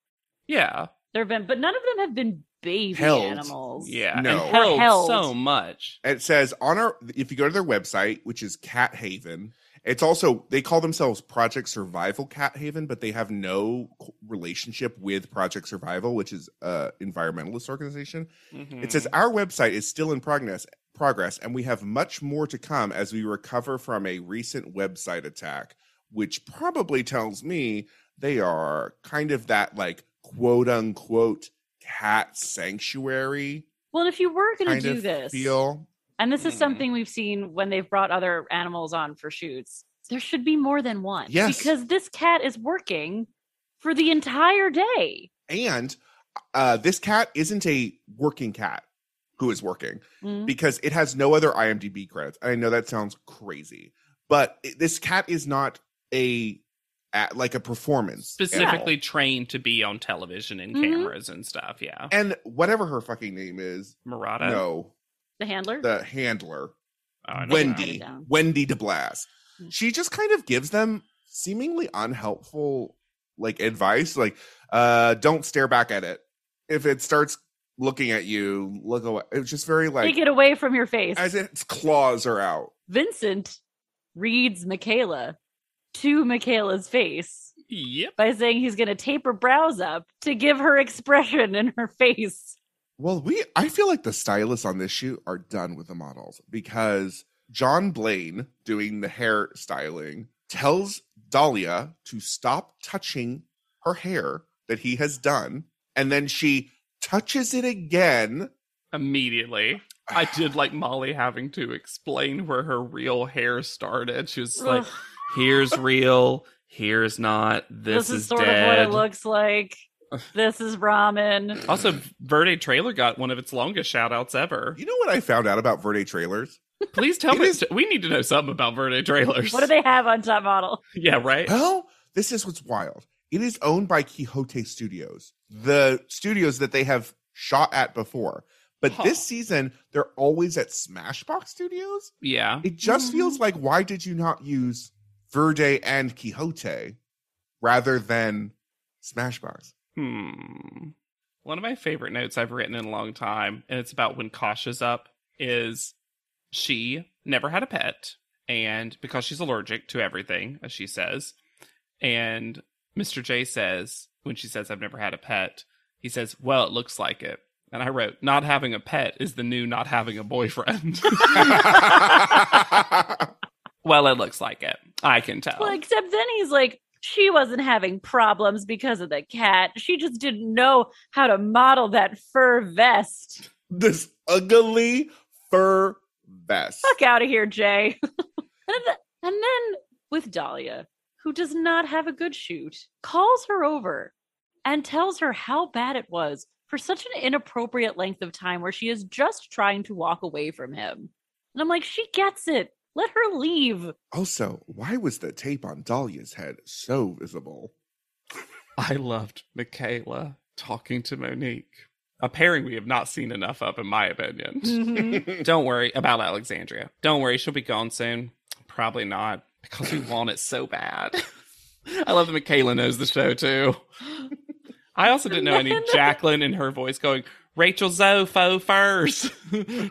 Speaker 2: Yeah.
Speaker 3: There have been, but none of them have been baby
Speaker 1: Held.
Speaker 3: animals.
Speaker 2: Yeah.
Speaker 1: No.
Speaker 2: And held,
Speaker 3: Held.
Speaker 2: so much.
Speaker 1: It says on our, if you go to their website, which is Cat Haven, it's also, they call themselves Project Survival Cat Haven, but they have no co- relationship with Project Survival, which is a environmentalist organization.
Speaker 2: Mm-hmm.
Speaker 1: It says our website is still in progress, progress, and we have much more to come as we recover from a recent website attack, which probably tells me they are kind of that like quote unquote cat sanctuary
Speaker 3: Well, if you were going
Speaker 1: kind
Speaker 3: to do
Speaker 1: of
Speaker 3: this,
Speaker 1: feel. Hmm.
Speaker 3: and this is
Speaker 2: Mhm.
Speaker 3: something we've seen when they've brought other animals on for shoots, there should be more than one.
Speaker 1: Yes.
Speaker 3: because this cat is working for the entire day.
Speaker 1: And uh, this cat isn't a working cat who is working.
Speaker 3: Mm.
Speaker 1: because it has no other IMDb credits. I know that sounds crazy, but it, this cat is not a at, like a performance at all.
Speaker 2: specifically trained to be on television and
Speaker 3: Mhm.
Speaker 2: cameras and stuff. Yeah.
Speaker 1: And whatever her fucking name is,
Speaker 2: Murata.
Speaker 1: no,
Speaker 3: The handler.
Speaker 1: the handler,
Speaker 2: Oh, I don't
Speaker 3: Write it
Speaker 1: Wendy,
Speaker 3: down.
Speaker 1: Wendy DeBlas.
Speaker 3: Mm.
Speaker 1: She just kind of gives them seemingly unhelpful like advice, like uh don't stare back at it. If it starts looking at you, look away. It's just very
Speaker 3: Take
Speaker 1: like
Speaker 3: it away from your face.
Speaker 1: as its claws are out.
Speaker 3: Vincent reads Michaela to Michaela's face.
Speaker 2: know. Yep.
Speaker 3: by saying he's going to tape her brows up to give her expression in her face.
Speaker 1: Well, we I feel like the stylists on this shoot are done with the models because John Blaine doing the hair styling tells Dahlia to stop touching her hair that he has done and then she touches it again.
Speaker 2: Immediately. I did like Molly having to explain where her real hair started. She was just like,
Speaker 3: Ugh,
Speaker 2: here's real, here's not, this,
Speaker 3: is,
Speaker 2: is,
Speaker 3: sort
Speaker 2: dead.
Speaker 3: of what it looks like. This is ramen.
Speaker 2: also, Verde trailer got one of its longest shout outs ever.
Speaker 1: You know what I found out about Verde trailers?
Speaker 2: Please tell
Speaker 1: It
Speaker 2: me.
Speaker 1: is-
Speaker 2: we need to know something about Verde trailers.
Speaker 3: What do they have on top model?
Speaker 2: Yeah, right?
Speaker 1: Well, this is what's wild. It is owned by Quixote Studios, the studios that they have shot at before. But
Speaker 2: Huh.
Speaker 1: this season, they're always at Smashbox Studios.
Speaker 2: Yeah.
Speaker 1: It just feels like why did you not use Verde and Quixote rather than Smashbox?
Speaker 2: Hmm. One of my favorite notes I've written in a long time, and it's about when Kasha's up, is she never had a pet, and because she's allergic to everything, as she says, and Mr. J says, when she says, I've never had a pet, he says, Well, it looks like it. And I wrote, Not having a pet is the new not having a boyfriend. well, it looks like it. I can tell.
Speaker 3: Well, except then he's like, she wasn't having problems because of the cat. She just didn't know how to model that fur vest.
Speaker 1: this ugly fur best.
Speaker 3: fuck out of here, Jay. and, th- and then with Dahlia, who does not have a good shoot, calls her over and tells her how bad it was for such an inappropriate length of time where she is just trying to walk away from him. And I'm like, she gets it. Let her leave.
Speaker 1: Also, why was the tape on Dahlia's head so visible?
Speaker 2: I loved Michaela talking to Monique. A pairing we have not seen enough of, in my opinion. Don't worry about Alexandria. Don't worry, she'll be gone soon. Probably not, because we want it so bad. I love that Michaela knows the show too. I also didn't know any Jacqueline in her voice going, Rachel Zofo first.
Speaker 1: you,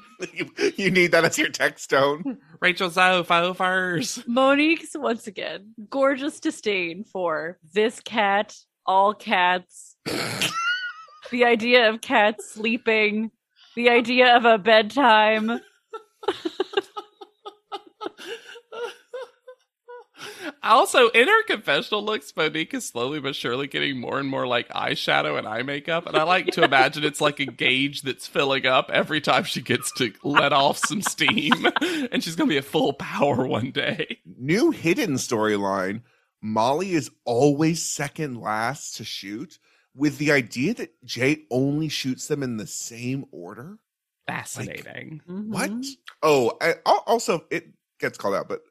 Speaker 1: you need that as your text tone.
Speaker 2: Rachel Zofo first.
Speaker 3: Monique's once again gorgeous disdain for this cat, all cats, the idea of cats sleeping, the idea of a bedtime.
Speaker 2: also, in her confessional looks, Monique is slowly but surely getting more and more like eyeshadow and eye makeup. And I like to imagine it's like a gauge that's filling up every time she gets to let off some steam. and she's going to be at full power one day.
Speaker 1: New hidden storyline Molly is always second last to shoot, with the idea that Jay only shoots them in the same order.
Speaker 2: Fascinating.
Speaker 1: What?
Speaker 3: Mhm.
Speaker 1: Oh, I, al- also, it gets called out, but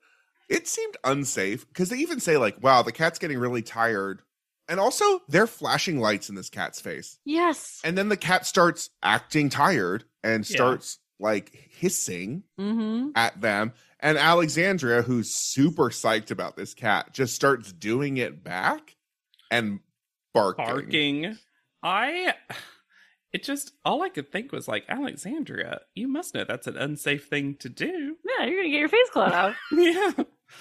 Speaker 1: it seemed unsafe because they even say, like, wow, the cat's getting really tired. And also, they're flashing lights in this cat's face.
Speaker 3: Yes.
Speaker 1: And then the cat starts acting tired and
Speaker 2: Yeah.
Speaker 1: starts like hissing
Speaker 3: Mm-hmm.
Speaker 1: at them. And Alexandria, who's super psyched about this cat, just starts doing it back and barking.
Speaker 2: Barking. I. It just, all I could think was like, Alexandria, you must know that's an unsafe thing to do.
Speaker 3: Yeah, you're gonna get your face clawed out.
Speaker 2: Yeah.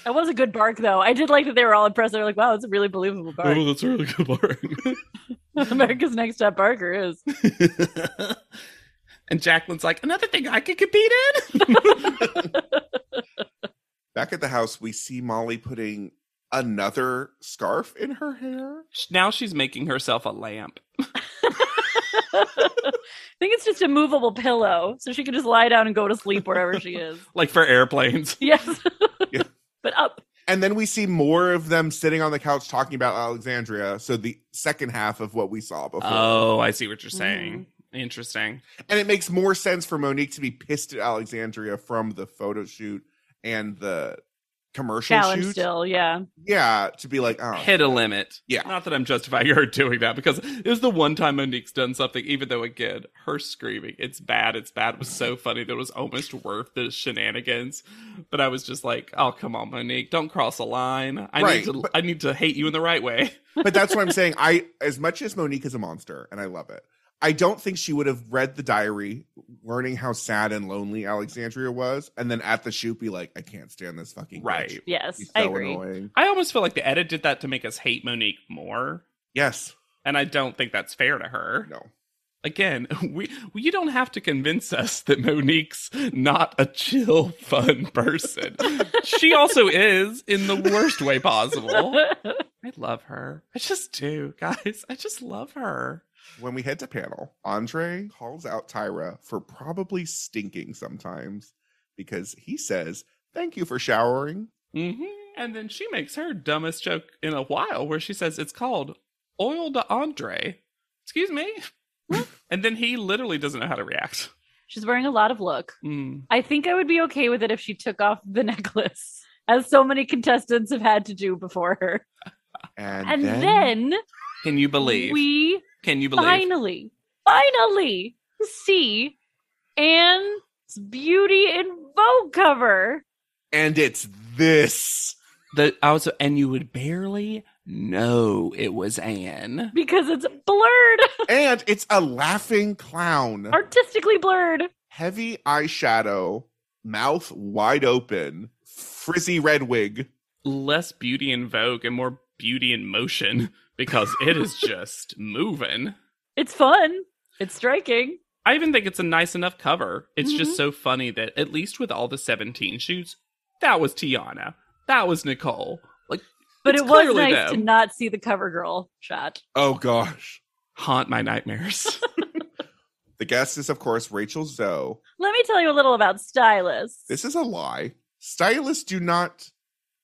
Speaker 3: That was a good bark, though. I did like that they were all impressed. They're like, "Wow, that's a really believable bark."
Speaker 2: Oh, that's a really good bark.
Speaker 3: America's Next Top Barker is.
Speaker 2: and Jacqueline's like, another thing I could compete in.
Speaker 1: Back at the house, we see Molly putting another scarf in her hair.
Speaker 2: now she's making herself a lamp.
Speaker 3: I think it's just a movable pillow, so she can just lie down and go to sleep wherever she is.
Speaker 2: Like for airplanes.
Speaker 3: Yes,
Speaker 1: Yeah.
Speaker 3: but up.
Speaker 1: And then we see more of them sitting on the couch talking about Alexandria. So the second half of what we saw before.
Speaker 2: Oh, I see what you're saying. Interesting.
Speaker 1: and it makes more sense for Monique to be pissed at Alexandria from the photo shoot and the commercial
Speaker 3: Challenge
Speaker 1: shoot.
Speaker 3: still, yeah.
Speaker 1: Yeah, to be like, oh,
Speaker 2: Hit a limit.
Speaker 1: Yeah.
Speaker 2: Not that I'm justifying her doing that because it was the one time Monique's done something, even though, again, her screaming, it's bad, it's bad, was so funny that it was almost worth the shenanigans. But I was just like, oh, come on, Monique, don't cross a line. I,
Speaker 1: Right,
Speaker 2: need, to,
Speaker 1: but-
Speaker 2: I need to hate you in the right way.
Speaker 1: but that's what I'm saying. I, as much as Monique is a monster, and I love it, I don't think she would have read the diary, learning how sad and lonely Alexandria was, and then at the shoot be like, I can't stand this fucking bitch.
Speaker 2: Right.
Speaker 3: Yes,
Speaker 1: She's
Speaker 3: I
Speaker 1: so
Speaker 3: agree.
Speaker 1: annoying.
Speaker 2: I almost feel like the edit did that to make us hate Monique more,
Speaker 1: Yes.
Speaker 2: and I don't think that's fair to her.
Speaker 1: No.
Speaker 2: Again, we you don't have to convince us that Monique's not a chill, fun person. she also is in the worst way possible. I love her. I just do, guys. I just love her.
Speaker 1: When we head to panel, Andre calls out Tyra for probably stinking sometimes because he says, Thank you for showering.
Speaker 2: hmm And then she makes her dumbest joke in a while, where she says it's called oil de Andre. Excuse me. and then he literally doesn't know how to react.
Speaker 3: She's wearing a lot of look.
Speaker 2: Mm.
Speaker 3: I think I would be okay with it if she took off the necklace, as so many contestants have had to do before her.
Speaker 1: And,
Speaker 3: And,
Speaker 1: then,
Speaker 3: then
Speaker 2: Can you believe?
Speaker 3: we
Speaker 2: Can you believe?
Speaker 3: finally, finally see Anne's beauty in Vogue cover.
Speaker 1: and it's this.
Speaker 2: The also, and you would barely know it was Anne.
Speaker 3: because it's blurred,
Speaker 1: and it's a laughing clown.
Speaker 3: artistically blurred.
Speaker 1: Heavy eyeshadow, mouth wide open, frizzy red wig.
Speaker 2: Less beauty in Vogue and more beauty in motion because it is just moving.
Speaker 3: It's fun. It's striking.
Speaker 2: I even think it's a nice enough cover. It's just so funny that at least with all the 17 shoots, that was Tiana. That was Nicole. Like
Speaker 3: But
Speaker 2: it's
Speaker 3: it was
Speaker 2: clearly
Speaker 3: nice to
Speaker 2: them.
Speaker 3: not see the cover girl shot.
Speaker 1: Oh gosh.
Speaker 2: haunt my nightmares.
Speaker 1: The The guest is, of course, Rachel Zoe.
Speaker 3: Let me tell you a little about stylists.
Speaker 1: This is a lie. Stylists do not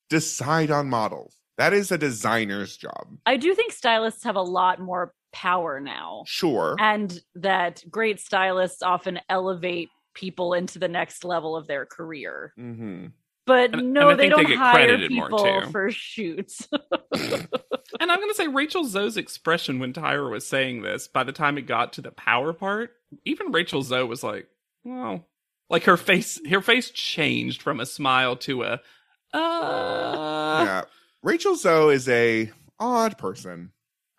Speaker 1: decide on models. That is a designer's job.
Speaker 3: I do think stylists have a lot more power now,
Speaker 1: Sure.
Speaker 3: and that great stylists often elevate people into the next level of their career.
Speaker 1: hmm
Speaker 3: But
Speaker 2: And-
Speaker 3: no,
Speaker 2: and I
Speaker 3: they
Speaker 2: think they
Speaker 3: don't
Speaker 2: get
Speaker 3: hire
Speaker 2: credited more,
Speaker 3: people
Speaker 2: too.
Speaker 3: for shoots.
Speaker 2: And I'm going to say Rachel Zoe's expression when Tyra was saying this, by the time it got to the power part, even Rachel Zoe was like, "Well, like her face her face changed from a smile to a uh
Speaker 1: yeah. Rachel Zoe is a odd person.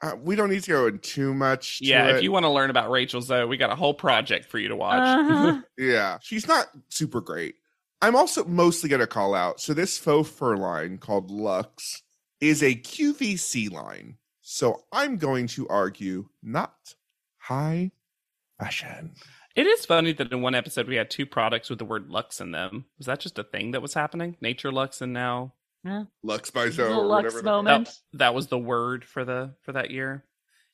Speaker 1: Uh, we don't need to go in too much. to
Speaker 2: yeah,
Speaker 1: it.
Speaker 2: if you want to learn about Rachel Zoe, we got a whole project for you to watch.
Speaker 3: Uh-huh.
Speaker 1: Yeah, she's not super great. I'm also mostly going to call out. So, this faux fur line called Lux is a QVC line. So, I'm going to argue not high fashion.
Speaker 2: It is funny that in one episode we had two products with the word Lux in them. Was that just a thing that was happening? Nature Lux and now
Speaker 1: Lux by
Speaker 3: This is
Speaker 1: Zoe.
Speaker 3: a
Speaker 1: or
Speaker 3: Lux
Speaker 1: whatever the-
Speaker 3: moment.
Speaker 2: that was the word for the for that year.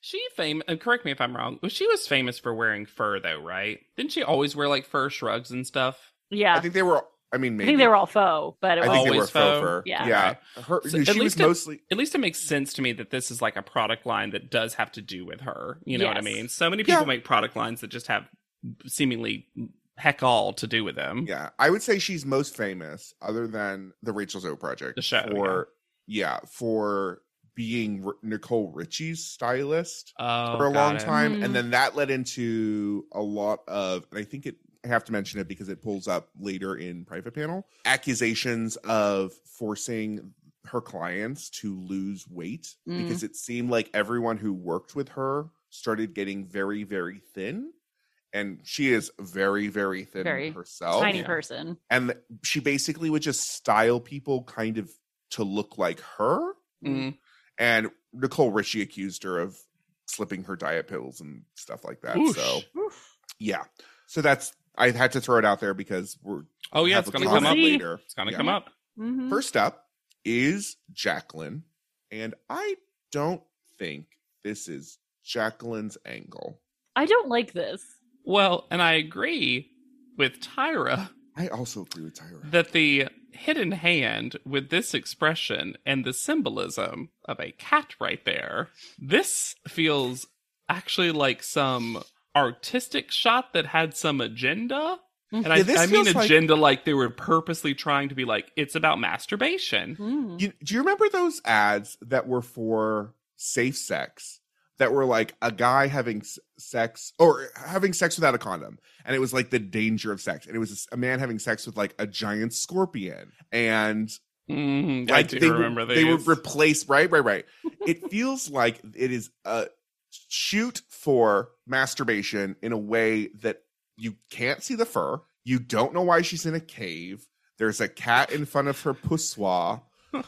Speaker 2: She fame and correct me if I'm wrong. She was famous for wearing fur though, right? Didn't she always wear like fur shrugs and stuff?
Speaker 3: Yeah.
Speaker 1: I think they were, I mean,
Speaker 3: I
Speaker 1: maybe.
Speaker 3: think they were all faux, but it
Speaker 1: I
Speaker 3: was
Speaker 1: think they were
Speaker 2: always
Speaker 1: faux
Speaker 2: faux.
Speaker 1: fur.
Speaker 3: Yeah.
Speaker 1: Her,
Speaker 2: So at
Speaker 1: she was
Speaker 2: least it-
Speaker 1: mostly.
Speaker 2: At least it makes sense to me that this is like a product line that does have to do with her. You know what I
Speaker 3: Yes.
Speaker 2: mean? So many people
Speaker 1: Yeah.
Speaker 2: make product lines that just have seemingly heck all to do with them.
Speaker 1: Yeah, I would say she's most famous, other than the Rachel Zoe project,
Speaker 2: The show,
Speaker 1: for yeah, for being R- Nicole Richie's stylist
Speaker 2: Oh,
Speaker 1: for a
Speaker 2: got
Speaker 1: long
Speaker 2: it.
Speaker 1: time,
Speaker 3: Mhm.
Speaker 1: and then that led into a lot of. And I think it. I have to mention it because it pulls up later in private panel accusations of forcing her clients to lose weight
Speaker 3: Mm.
Speaker 1: because it seemed like everyone who worked with her started getting very very thin and she is very very thin
Speaker 3: Very
Speaker 1: herself
Speaker 3: tiny
Speaker 2: yeah.
Speaker 3: person.
Speaker 1: and th- she basically would just style people kind of to look like her
Speaker 2: Mm.
Speaker 1: and nicole richie accused her of slipping her diet pills and stuff like that
Speaker 2: Oosh.
Speaker 1: so yeah so that's i had to throw it out there because we're
Speaker 2: Oh yeah,
Speaker 1: have
Speaker 2: it's
Speaker 1: a
Speaker 2: gonna come
Speaker 1: comment
Speaker 2: up.
Speaker 3: See?
Speaker 1: later
Speaker 2: It's gonna
Speaker 1: Yeah.
Speaker 2: come up.
Speaker 3: Mhm.
Speaker 1: First up is Jacqueline, and I don't think this is Jacqueline's angle.
Speaker 3: I don't like this.
Speaker 2: Well, and I agree with Tyra
Speaker 1: I also agree with Tyra.
Speaker 2: that the hidden hand with this expression and the symbolism of a cat right there, this feels actually like some artistic shot that had some agenda. And I,
Speaker 1: Yeah, this
Speaker 2: I mean
Speaker 1: feels like-
Speaker 2: agenda like they were purposely trying to be like, it's about masturbation.
Speaker 3: Mm.
Speaker 1: You- do you remember those ads that were for safe sex that were like a guy having s- sex or having sex without a condom? And it was like the danger of sex. And it was a man having sex with like a giant scorpion. And
Speaker 2: Mm, I
Speaker 1: like
Speaker 2: do
Speaker 1: they would-
Speaker 2: remember
Speaker 1: they
Speaker 2: these.
Speaker 1: would replace right right right it feels like it is a shoot for masturbation in a way that you can't see the fur you don't know why she's in a cave there's a cat in front of her pussoir
Speaker 3: Well,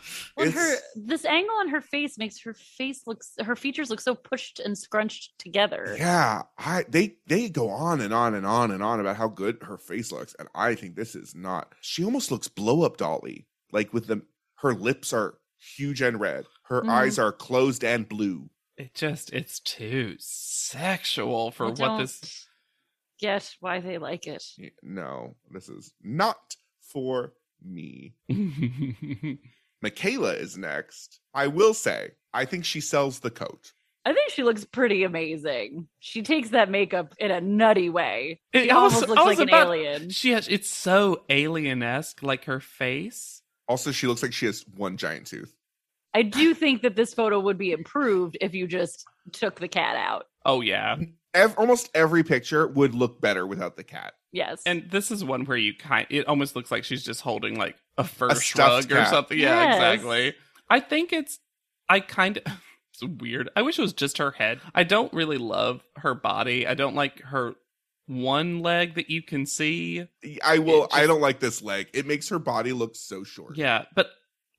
Speaker 3: her
Speaker 1: It's-
Speaker 3: this angle on her face makes her face looks her features look so pushed and scrunched together.
Speaker 1: yeah i they they go on and on and on and on about how good her face looks and i think this is not she almost looks blow up dolly like with the her lips are huge and red her
Speaker 3: Mhm.
Speaker 1: eyes are closed and blue
Speaker 2: it just it's too sexual for
Speaker 3: I
Speaker 2: what this
Speaker 3: don't get why they like it.
Speaker 1: Yeah, no, this is not for me. Michaela is next. I will say, I think she sells the coat.
Speaker 3: I think she looks pretty amazing. She takes that makeup in a nutty way.
Speaker 2: It-
Speaker 3: She
Speaker 2: I was-
Speaker 3: almost looks
Speaker 2: I
Speaker 3: like
Speaker 2: was
Speaker 3: an
Speaker 2: about-
Speaker 3: alien.
Speaker 2: She has it's so alien esque, like her face.
Speaker 1: Also, she looks like she has one giant tooth.
Speaker 3: I do think that this photo would be improved if you just took the cat out.
Speaker 2: Oh yeah.
Speaker 1: Ev- almost every picture would look better without the cat.
Speaker 3: Yes.
Speaker 2: And this is one where you kind it almost looks like she's just holding like a fur
Speaker 1: A stuffed
Speaker 2: shrug or
Speaker 1: cat.
Speaker 2: something. Yeah,
Speaker 3: Yes.
Speaker 2: exactly. I think it's I kind of it's weird. I wish it was just her head. I don't really love her body. I don't like her one leg that you can see.
Speaker 1: I will.
Speaker 2: It
Speaker 1: I
Speaker 2: just-
Speaker 1: don't like this leg. It makes her body look so short.
Speaker 2: Yeah, but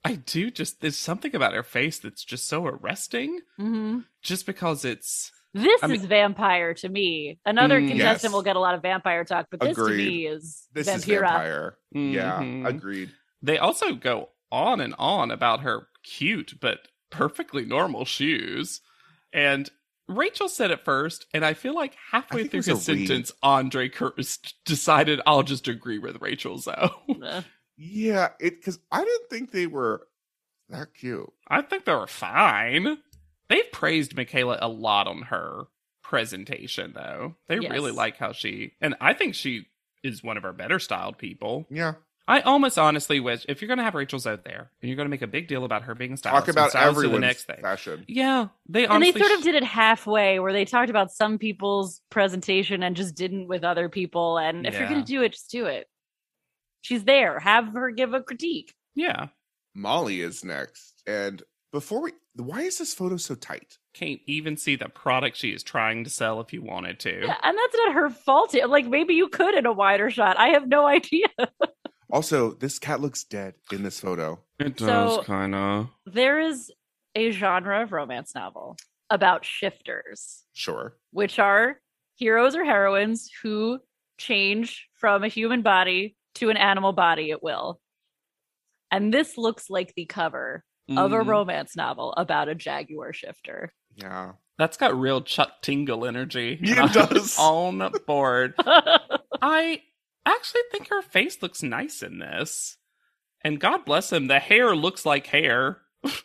Speaker 2: I do just there's something about her face that's just so arresting
Speaker 3: Mhm.
Speaker 2: just because it's
Speaker 3: This
Speaker 2: I mean-
Speaker 3: is vampire to me. Another
Speaker 2: Mm.
Speaker 3: contestant
Speaker 1: Yes.
Speaker 3: will get a lot of vampire talk, but this
Speaker 1: Agreed.
Speaker 3: to me is
Speaker 1: This
Speaker 3: vampira.
Speaker 1: is vampire.
Speaker 2: Mhm.
Speaker 1: Yeah, agreed.
Speaker 2: They also go on and on about her cute but perfectly normal shoes. And Rachel said it first, and I feel like halfway
Speaker 1: think
Speaker 2: through
Speaker 1: it was
Speaker 2: his
Speaker 1: a read.
Speaker 2: sentence, Andre Cur- decided I'll just agree with Rachel. So
Speaker 3: Uh,
Speaker 1: Yeah, it because I didn't think they were that cute.
Speaker 2: I think they were fine. They've praised Michaela a lot on her presentation, though. They
Speaker 3: Yes.
Speaker 2: really like how she, and I think she is one of our better styled people.
Speaker 1: Yeah,
Speaker 2: I almost honestly wish if you're going to have Rachel's out there and you're going to make a big deal about her being a stylist,
Speaker 1: talk about
Speaker 2: everyone. the
Speaker 1: everyone's
Speaker 2: next thing.
Speaker 1: fashion.
Speaker 2: Yeah, they
Speaker 3: and
Speaker 2: honestly
Speaker 3: they sort
Speaker 2: sh-
Speaker 3: of did it halfway where they talked about some people's presentation and just didn't with other people. And if you're
Speaker 2: Yeah.
Speaker 3: going to do it, just do it. She's there. Have her give a critique.
Speaker 2: Yeah,
Speaker 1: Molly is next, and before we, why is this photo so tight?
Speaker 2: can't even see the product she is trying to sell if you wanted to.
Speaker 3: Yeah, and that's not her fault. It- Like maybe you could in a wider shot. I have no idea.
Speaker 1: Also, this cat looks dead in this photo.
Speaker 2: It
Speaker 3: does So-
Speaker 2: kind of.
Speaker 3: There is a genre of romance novel about shifters,
Speaker 1: Sure,
Speaker 3: which are heroes or heroines who change from a human body to an animal body at will. And this looks like the cover of
Speaker 2: Mm. Mm-hmm.
Speaker 3: a romance novel about a jaguar shifter.
Speaker 1: yeah,
Speaker 2: That's got real Chuck Tingle energy.
Speaker 1: Yeah, it does.
Speaker 2: On board.
Speaker 3: I
Speaker 2: I actually think her face looks nice in this. And God bless him, the hair looks like hair.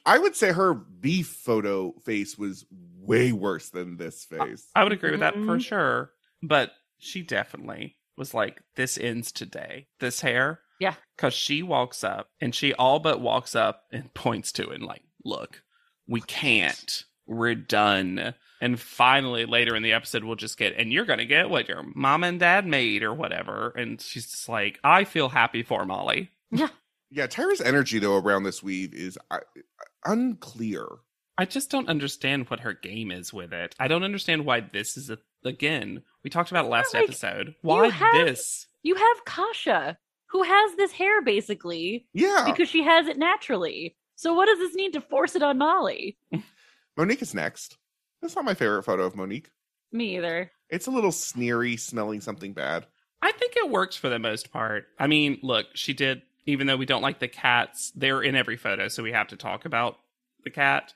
Speaker 1: I would say her beef photo face was way worse than this face.
Speaker 2: I would agree with that for
Speaker 3: Mhm.
Speaker 2: sure. But she definitely was like, this ends today. This hair.
Speaker 3: Yeah.
Speaker 2: Because she walks up and she all but walks up and points to it and, like, look, we can't. We're done. And finally, later in the episode, we'll just get, and you're going to get what your mom and dad made or whatever. And she's just like, I feel happy for Molly.
Speaker 1: yeah, Tyra's energy though around this weave is uh, unclear.
Speaker 2: I just don't understand what her game is with it. I don't understand why this is a again. We talked about it last
Speaker 3: like,
Speaker 2: episode. Why
Speaker 3: have-
Speaker 2: this?
Speaker 3: You have Kasha, who has this hair basically
Speaker 1: Yeah,
Speaker 3: because she has it naturally. So what does this need to force it on Molly?
Speaker 1: Monique is next. That's not my favorite photo of Monique.
Speaker 3: Me either.
Speaker 1: It's a little sneery, smelling something bad.
Speaker 2: I think it works for the most part. I mean, look, she did. Even though we don't like the cats, they're in every photo, so we have to talk about the cat.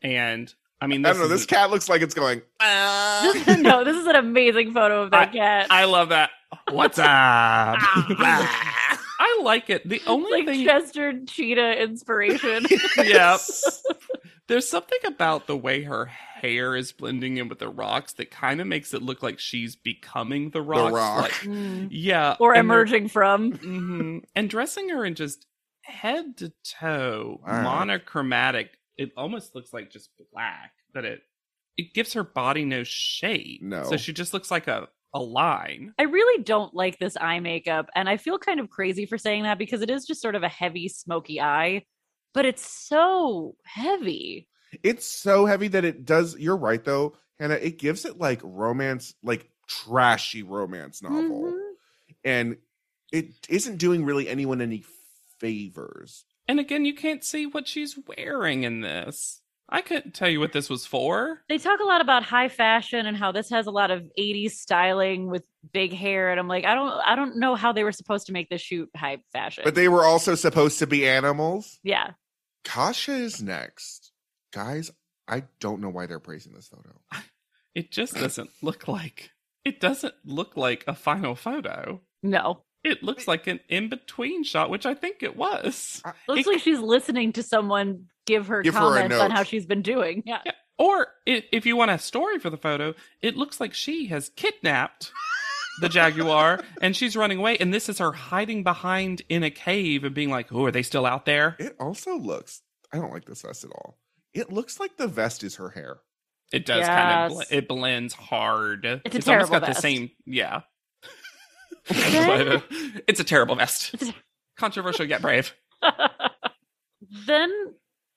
Speaker 2: And I mean, this
Speaker 1: I don't know.
Speaker 2: is
Speaker 1: This
Speaker 2: a-
Speaker 1: cat looks like it's going.
Speaker 3: This is- no, this is an amazing photo of that cat.
Speaker 2: Uh, I love that. What's up? I like it. The only
Speaker 3: Ah. like
Speaker 2: thing,
Speaker 3: Chester Cheetah inspiration.
Speaker 2: yeah. There's something about the way her hair is blending in with the rocks that kind of makes it look like she's becoming the rocks.
Speaker 1: rock.
Speaker 2: like-
Speaker 3: Mm.
Speaker 2: yeah.
Speaker 3: Or
Speaker 2: and they're-
Speaker 3: emerging from.
Speaker 2: Mhm. And dressing her in just head to toe,
Speaker 1: Wow.
Speaker 2: monochromatic. It almost looks like just black, but it it gives her body no shape.
Speaker 1: No.
Speaker 2: So she just looks like a, a line.
Speaker 3: I really don't like this eye makeup, and I feel kind of crazy for saying that because it is just sort of a heavy, smoky eye, but it's so heavy.
Speaker 1: It's so heavy that it does. You're right though, Hannah. It gives it like romance, like trashy romance novel,
Speaker 2: Mm-hmm.
Speaker 3: Mhm.
Speaker 1: and it isn't doing really anyone any favors.
Speaker 2: And again, you can't see what she's wearing in this. I couldn't tell you what this was for.
Speaker 3: They talk a lot about high fashion and how this has a lot of 80s styling with big hair, and I'm like, I don't, I don't know how they were supposed to make this shoot high fashion.
Speaker 2: Eh.
Speaker 1: But they were also supposed to be animals.
Speaker 3: yeah,
Speaker 1: Kasha is next, guys. I don't know why they're praising this photo.
Speaker 2: It just doesn't look like it doesn't look like a final photo.
Speaker 3: no,
Speaker 2: It looks like an in-between shot, which I think it was.
Speaker 3: looks
Speaker 2: It-
Speaker 3: like she's listening to someone give her
Speaker 1: Give her a
Speaker 3: comments on
Speaker 1: note.
Speaker 3: how she's been doing. Yeah.
Speaker 2: Yeah. Or i- if you want a story for the photo, it looks like she has kidnapped the jaguar and she's running away. And this is her hiding behind in a cave and being like, "Oh, are they still out there?"
Speaker 1: It also looks. I don't like this vest at all. It looks like the vest is her hair.
Speaker 2: It does kind of
Speaker 3: Yes.
Speaker 2: bl- it blends hard.
Speaker 3: It's a
Speaker 2: almost
Speaker 3: terrible
Speaker 2: got the
Speaker 3: vest.
Speaker 2: same yeah. But, uh, it's a terrible vest.
Speaker 3: It's a-
Speaker 2: Controversial yet brave.
Speaker 3: then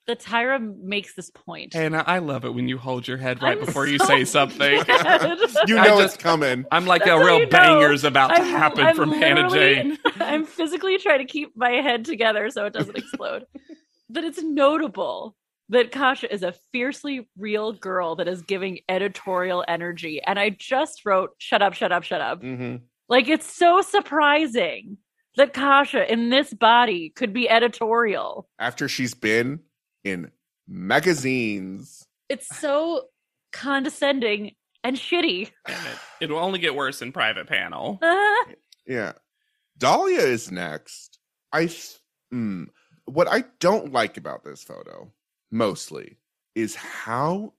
Speaker 3: the Tyra makes this point.
Speaker 2: Hannah, I love it when you hold your head right
Speaker 3: I'm
Speaker 2: before you
Speaker 3: so
Speaker 2: say something.
Speaker 3: mad.
Speaker 1: You
Speaker 2: I
Speaker 1: know
Speaker 2: just-
Speaker 1: it's coming.
Speaker 2: I'm like
Speaker 3: That's
Speaker 2: a
Speaker 3: how
Speaker 2: real
Speaker 3: you know.
Speaker 2: banger's about to happen
Speaker 3: I'm
Speaker 2: from Hannah
Speaker 3: literally-
Speaker 2: Jane.
Speaker 3: I'm physically trying to keep my head together so it doesn't explode. But it's notable that Kasha is a fiercely real girl that is giving editorial energy. And I just wrote, shut up, shut up, shut up.
Speaker 1: Mhm.
Speaker 3: Like it's so surprising that Kasha in this body could be editorial.
Speaker 1: After she's been in magazines.
Speaker 3: It's so condescending, and shitty.
Speaker 2: Damn it. It'll only get worse in private panel.
Speaker 3: Uh,
Speaker 1: Yeah. Dahlia is next. I th- mm. what I don't like about this photo mostly is how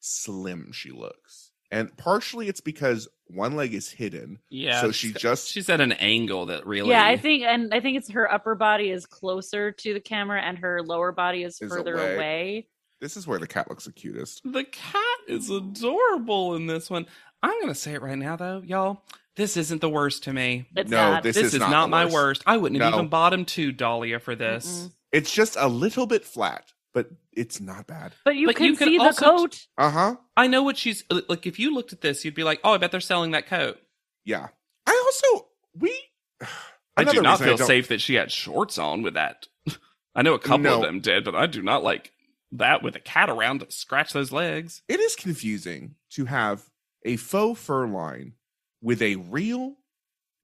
Speaker 1: slim she looks. And partially it's because one leg is hidden.
Speaker 2: Yeah.
Speaker 1: so she
Speaker 2: it's-
Speaker 1: just
Speaker 2: she's at an angle that really
Speaker 3: yeah, I think, and I think it's her upper body is closer to the camera, and her lower body is
Speaker 1: Is
Speaker 3: further
Speaker 1: away.
Speaker 3: away.
Speaker 1: this is where the cat looks the cutest.
Speaker 2: the cat is adorable in this one. I'm gonna say it right now though, y'all. This isn't the worst to me.
Speaker 3: It's
Speaker 1: no,
Speaker 3: not.
Speaker 1: this,
Speaker 2: This,
Speaker 1: is,
Speaker 2: is, not,
Speaker 1: the
Speaker 2: my worst. I wouldn't have
Speaker 1: No.
Speaker 2: even bought him two Dahlia for this.
Speaker 1: It's just a little bit flat, but it's not bad.
Speaker 3: But you
Speaker 2: But
Speaker 3: can
Speaker 2: you can
Speaker 3: see the
Speaker 2: also-
Speaker 3: coat.
Speaker 1: Uh-huh.
Speaker 2: I know what she's uh, like. If you looked at this, you'd be like, "Oh, I bet they're selling that coat."
Speaker 1: Yeah. I also we
Speaker 2: I do not
Speaker 1: reason
Speaker 2: feel
Speaker 1: don't-
Speaker 2: safe that she had shorts on with that. I know a couple
Speaker 1: No.
Speaker 2: of them did, but I do not like that with a cat around to scratch those legs.
Speaker 1: it is confusing to have a faux fur line with a real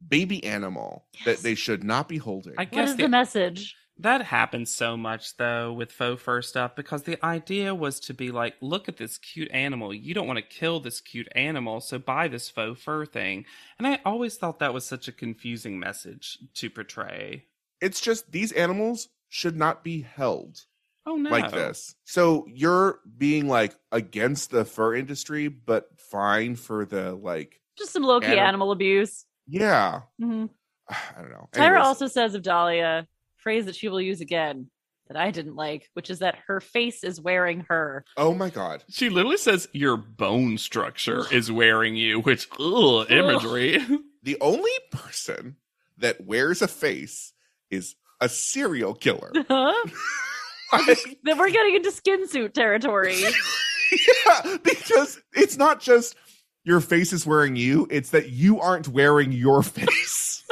Speaker 1: baby animal that
Speaker 3: Yes.
Speaker 1: they should not be holding.
Speaker 2: I
Speaker 3: What
Speaker 2: guess
Speaker 3: is
Speaker 2: the-
Speaker 3: the message?
Speaker 2: that happens so much though with faux fur stuff because the idea was to be like, look at this cute animal. You don't want to kill this cute animal, so buy this faux fur thing. And I always thought that was such a confusing message to portray.
Speaker 1: it's just these animals should not be held
Speaker 2: Oh no!
Speaker 1: like this. So you're being like against the fur industry, but fine for the like,
Speaker 3: Just some low key
Speaker 1: Anim-
Speaker 3: animal abuse.
Speaker 1: yeah,
Speaker 3: Mhm.
Speaker 1: I don't know.
Speaker 3: Tyra
Speaker 1: Anyways,
Speaker 3: also says of Dahlia, phrase that she will use again that I didn't like, which is that her face is wearing her.
Speaker 1: oh my god,
Speaker 2: She literally says your bone structure is wearing you, which ugh, imagery.
Speaker 1: the only person that wears a face is a serial killer.
Speaker 3: Huh?
Speaker 1: Like,
Speaker 3: then we're getting into skin suit territory.
Speaker 1: yeah, because it's not just your face is wearing you, it's that you aren't wearing your face.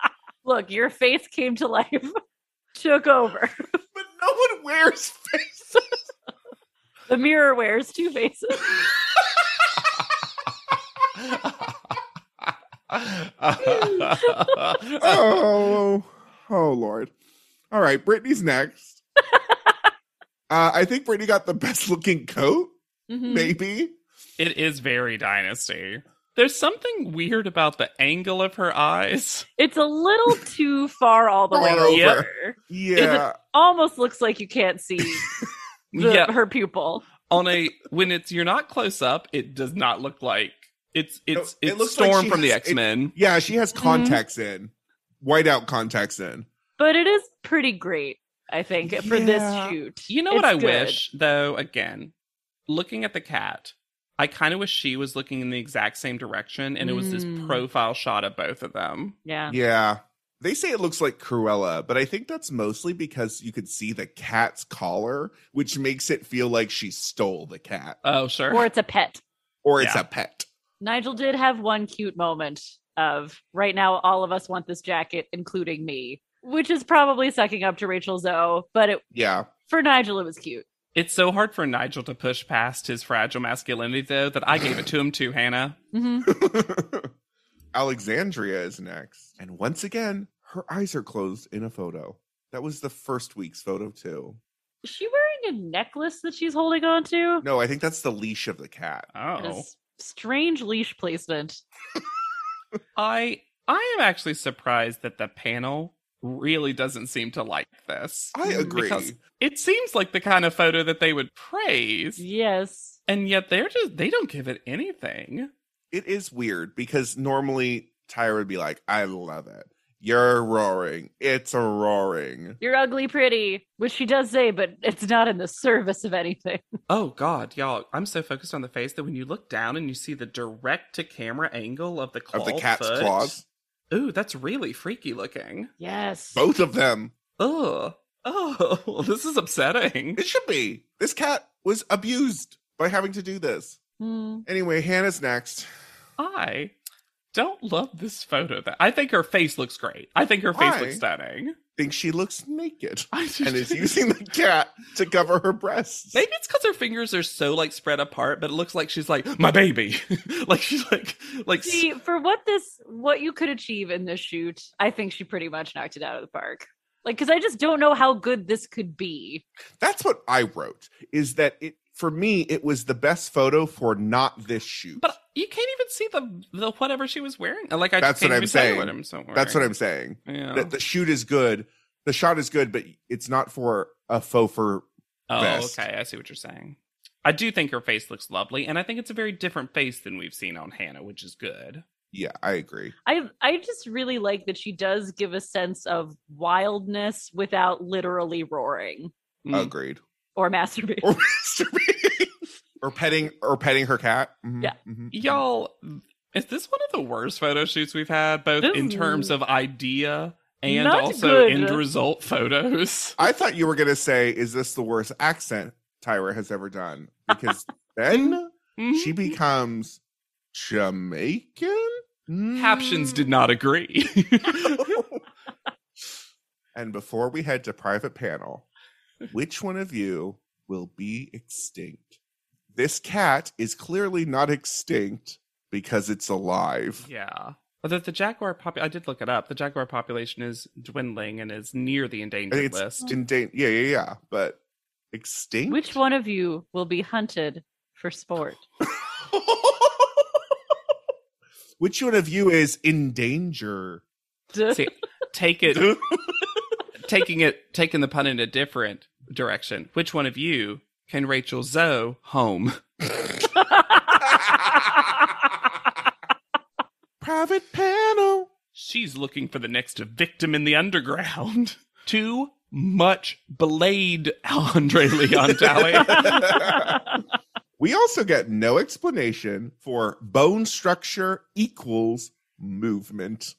Speaker 3: Look, your face came to life, took over.
Speaker 1: but no one wears face.
Speaker 3: The mirror wears two faces.
Speaker 1: oh, oh Lord. All right, Brittany's next. uh, I think Brittany got the best looking coat, Mm.
Speaker 3: Mhm.
Speaker 1: maybe.
Speaker 2: it is very dynasty. There's something weird about the angle of her eyes.
Speaker 3: It's a little too far all the way
Speaker 1: Far over.
Speaker 3: over.
Speaker 1: Yeah.
Speaker 3: Almost looks like you can't see the,
Speaker 2: Yeah.
Speaker 3: her pupil.
Speaker 2: On a when it's you're not close up, it does not look like it's it's
Speaker 1: it
Speaker 2: it's
Speaker 1: looks like
Speaker 2: Storm
Speaker 1: she
Speaker 2: from the
Speaker 1: has- it-
Speaker 2: X Men.
Speaker 1: Yeah, she has contacts in. Whiteout contacts in.
Speaker 3: But it is pretty great, I think, for this
Speaker 1: Yeah.
Speaker 3: shoot.
Speaker 2: You know what I
Speaker 3: It's good.
Speaker 2: wish though. Again, looking at the cat, I kind of wish she was looking in the exact same direction, and it was this
Speaker 3: Mm.
Speaker 2: profile shot of both of them.
Speaker 3: Yeah.
Speaker 1: Yeah. They say it looks like Cruella, but I think that's mostly because you could see the cat's collar, which makes it feel like she stole the cat
Speaker 2: Oh sure.
Speaker 3: Or it's a pet.
Speaker 1: or it's
Speaker 2: Yeah.
Speaker 1: a pet.
Speaker 3: Nigel did have one cute moment of right now, all of us want this jacket, including me, which is probably sucking up to Rachel Zoe, but it,
Speaker 1: Yeah.
Speaker 3: for Nigel, it was cute.
Speaker 2: It's so hard for Nigel to push past his fragile masculinity, though, that I gave it to him too, Hannah.
Speaker 3: hmm
Speaker 1: Alexandria is next. And once again, her eyes are closed in a photo. That was the first week's photo, too.
Speaker 3: Is she wearing a necklace that she's holding on to?
Speaker 1: No, I think that's the leash of the cat.
Speaker 2: Oh.
Speaker 3: That is strange leash placement.
Speaker 2: I I am actually surprised that the panel really doesn't seem to like this.
Speaker 1: I agree.
Speaker 2: Mm, Because it seems like the kind of photo that they would praise,
Speaker 3: Yes.
Speaker 2: and yet they're just they don't give it anything.
Speaker 1: It is weird because normally Tyra would be like, I love it. You're roaring. It's a roaring.
Speaker 3: You're ugly pretty, which she does say, but it's not in the service of anything.
Speaker 2: Oh god, y'all, I'm so focused on the face that when you look down and you see the direct to camera angle of the claw
Speaker 1: Of the cat's
Speaker 2: foot,
Speaker 1: claws.
Speaker 2: Ooh, that's really freaky looking.
Speaker 3: Yes.
Speaker 1: Both of them.
Speaker 2: Oh, oh, this is upsetting.
Speaker 1: It should be. This cat was abused by having to do this.
Speaker 3: Hmm.
Speaker 1: Anyway, Hannah's next.
Speaker 2: I don't love this photo. That I think her face looks great. I think her face
Speaker 1: Why?
Speaker 2: looks stunning.
Speaker 1: Thinks she looks naked
Speaker 2: I just,
Speaker 1: and is using the cat to cover her breasts.
Speaker 2: Maybe it's because her fingers are so like spread apart, but it looks like she's like my baby, like she's like like. s-
Speaker 3: See, for what this, what you could achieve in this shoot, I think she pretty much knocked it out of the park. Like, because I just don't know how good this could be.
Speaker 1: That's what I wrote. Is that it for me, it was the best photo for not this shoot.
Speaker 2: But you can't even see the the whatever she was wearing. Like I
Speaker 1: That's
Speaker 2: just can't
Speaker 1: what I'm
Speaker 2: even tell you
Speaker 1: saying.
Speaker 2: What I'm so wearing.
Speaker 1: That's what I'm saying.
Speaker 2: Yeah.
Speaker 1: The, the shoot is good. The shot is good, but it's not for a faux fur.
Speaker 2: oh,
Speaker 1: vest.
Speaker 2: okay. I see what you're saying. I do think her face looks lovely, and I think it's a very different face than we've seen on Hannah, which is good.
Speaker 1: Yeah, I agree.
Speaker 3: I I just really like that she does give a sense of wildness without literally roaring
Speaker 2: Mm.
Speaker 1: Agreed.
Speaker 3: or masturbating.
Speaker 1: Or masturbating. or petting or petting her cat. Mhm,
Speaker 3: Yeah.
Speaker 1: mhm.
Speaker 2: Y'all, is this one of the worst photo shoots we've had, both in
Speaker 3: This-
Speaker 2: terms of idea and
Speaker 3: Not
Speaker 2: also
Speaker 3: good.
Speaker 2: end result photos?
Speaker 1: I thought you were gonna say, "Is this the worst accent Tyra has ever done?" Because then she becomes Jamaican.
Speaker 2: Captions
Speaker 1: Mm.
Speaker 2: did not agree.
Speaker 1: and before we head to private panel, which one of you will be extinct? This cat is clearly not extinct because it's alive.
Speaker 2: yeah. Although the jaguar pop I did look it up. The jaguar population is dwindling and is near the
Speaker 1: I
Speaker 2: endangered
Speaker 1: think it's
Speaker 2: list.
Speaker 1: in danger. Yeah, yeah, yeah. But extinct?
Speaker 3: Which one of you will be hunted for sport?
Speaker 1: Which one of you is in danger?
Speaker 2: See, take it taking it taking the pun in a different direction. Which one of you can Rachel Zoe home?
Speaker 1: Private panel.
Speaker 2: She's looking for the next victim in the underground. Too much blade, Andre Leon Talley.
Speaker 1: We also get no explanation for bone structure equals movement.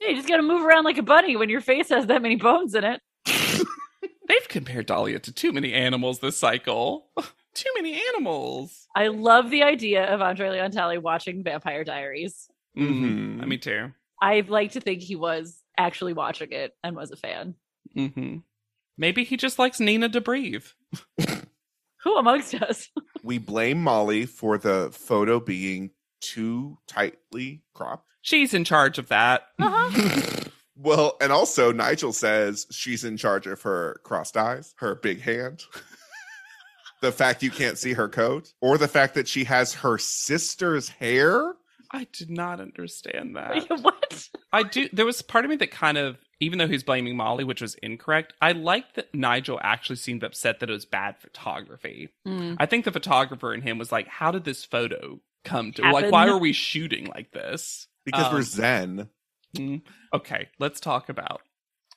Speaker 3: Yeah, you just gotta move around like a bunny when your face has that many bones in it.
Speaker 2: They've compared Dahlia to too many animals this cycle. Too many animals.
Speaker 3: I love the idea of Andre Leon Talley watching Vampire Diaries.
Speaker 1: Mhm.
Speaker 2: Mm-hmm. Me too.
Speaker 3: I like to think he was actually watching it and was a fan.
Speaker 2: hmm Maybe he just likes Nina to breathe.
Speaker 3: Who amongst us?
Speaker 2: Uh,
Speaker 1: We blame Molly for the photo being too tightly cropped.
Speaker 2: She's in charge of that.
Speaker 1: Well, and also Nigel says she's in charge of her crossed eyes, her big hand, the fact you can't see her coat, or the fact that she has her sister's hair.
Speaker 2: I did not understand that.
Speaker 3: what?
Speaker 2: I do. There was part of me that kind of, even though he's blaming Molly, which was incorrect, I liked that Nigel actually seemed upset that it was bad photography. I think the photographer in him was like, "How did this photo come to? Like, why
Speaker 3: Happen.
Speaker 2: are we shooting like this?"
Speaker 1: Because
Speaker 2: Um,
Speaker 1: we're Zen.
Speaker 2: mm, okay. Let's talk about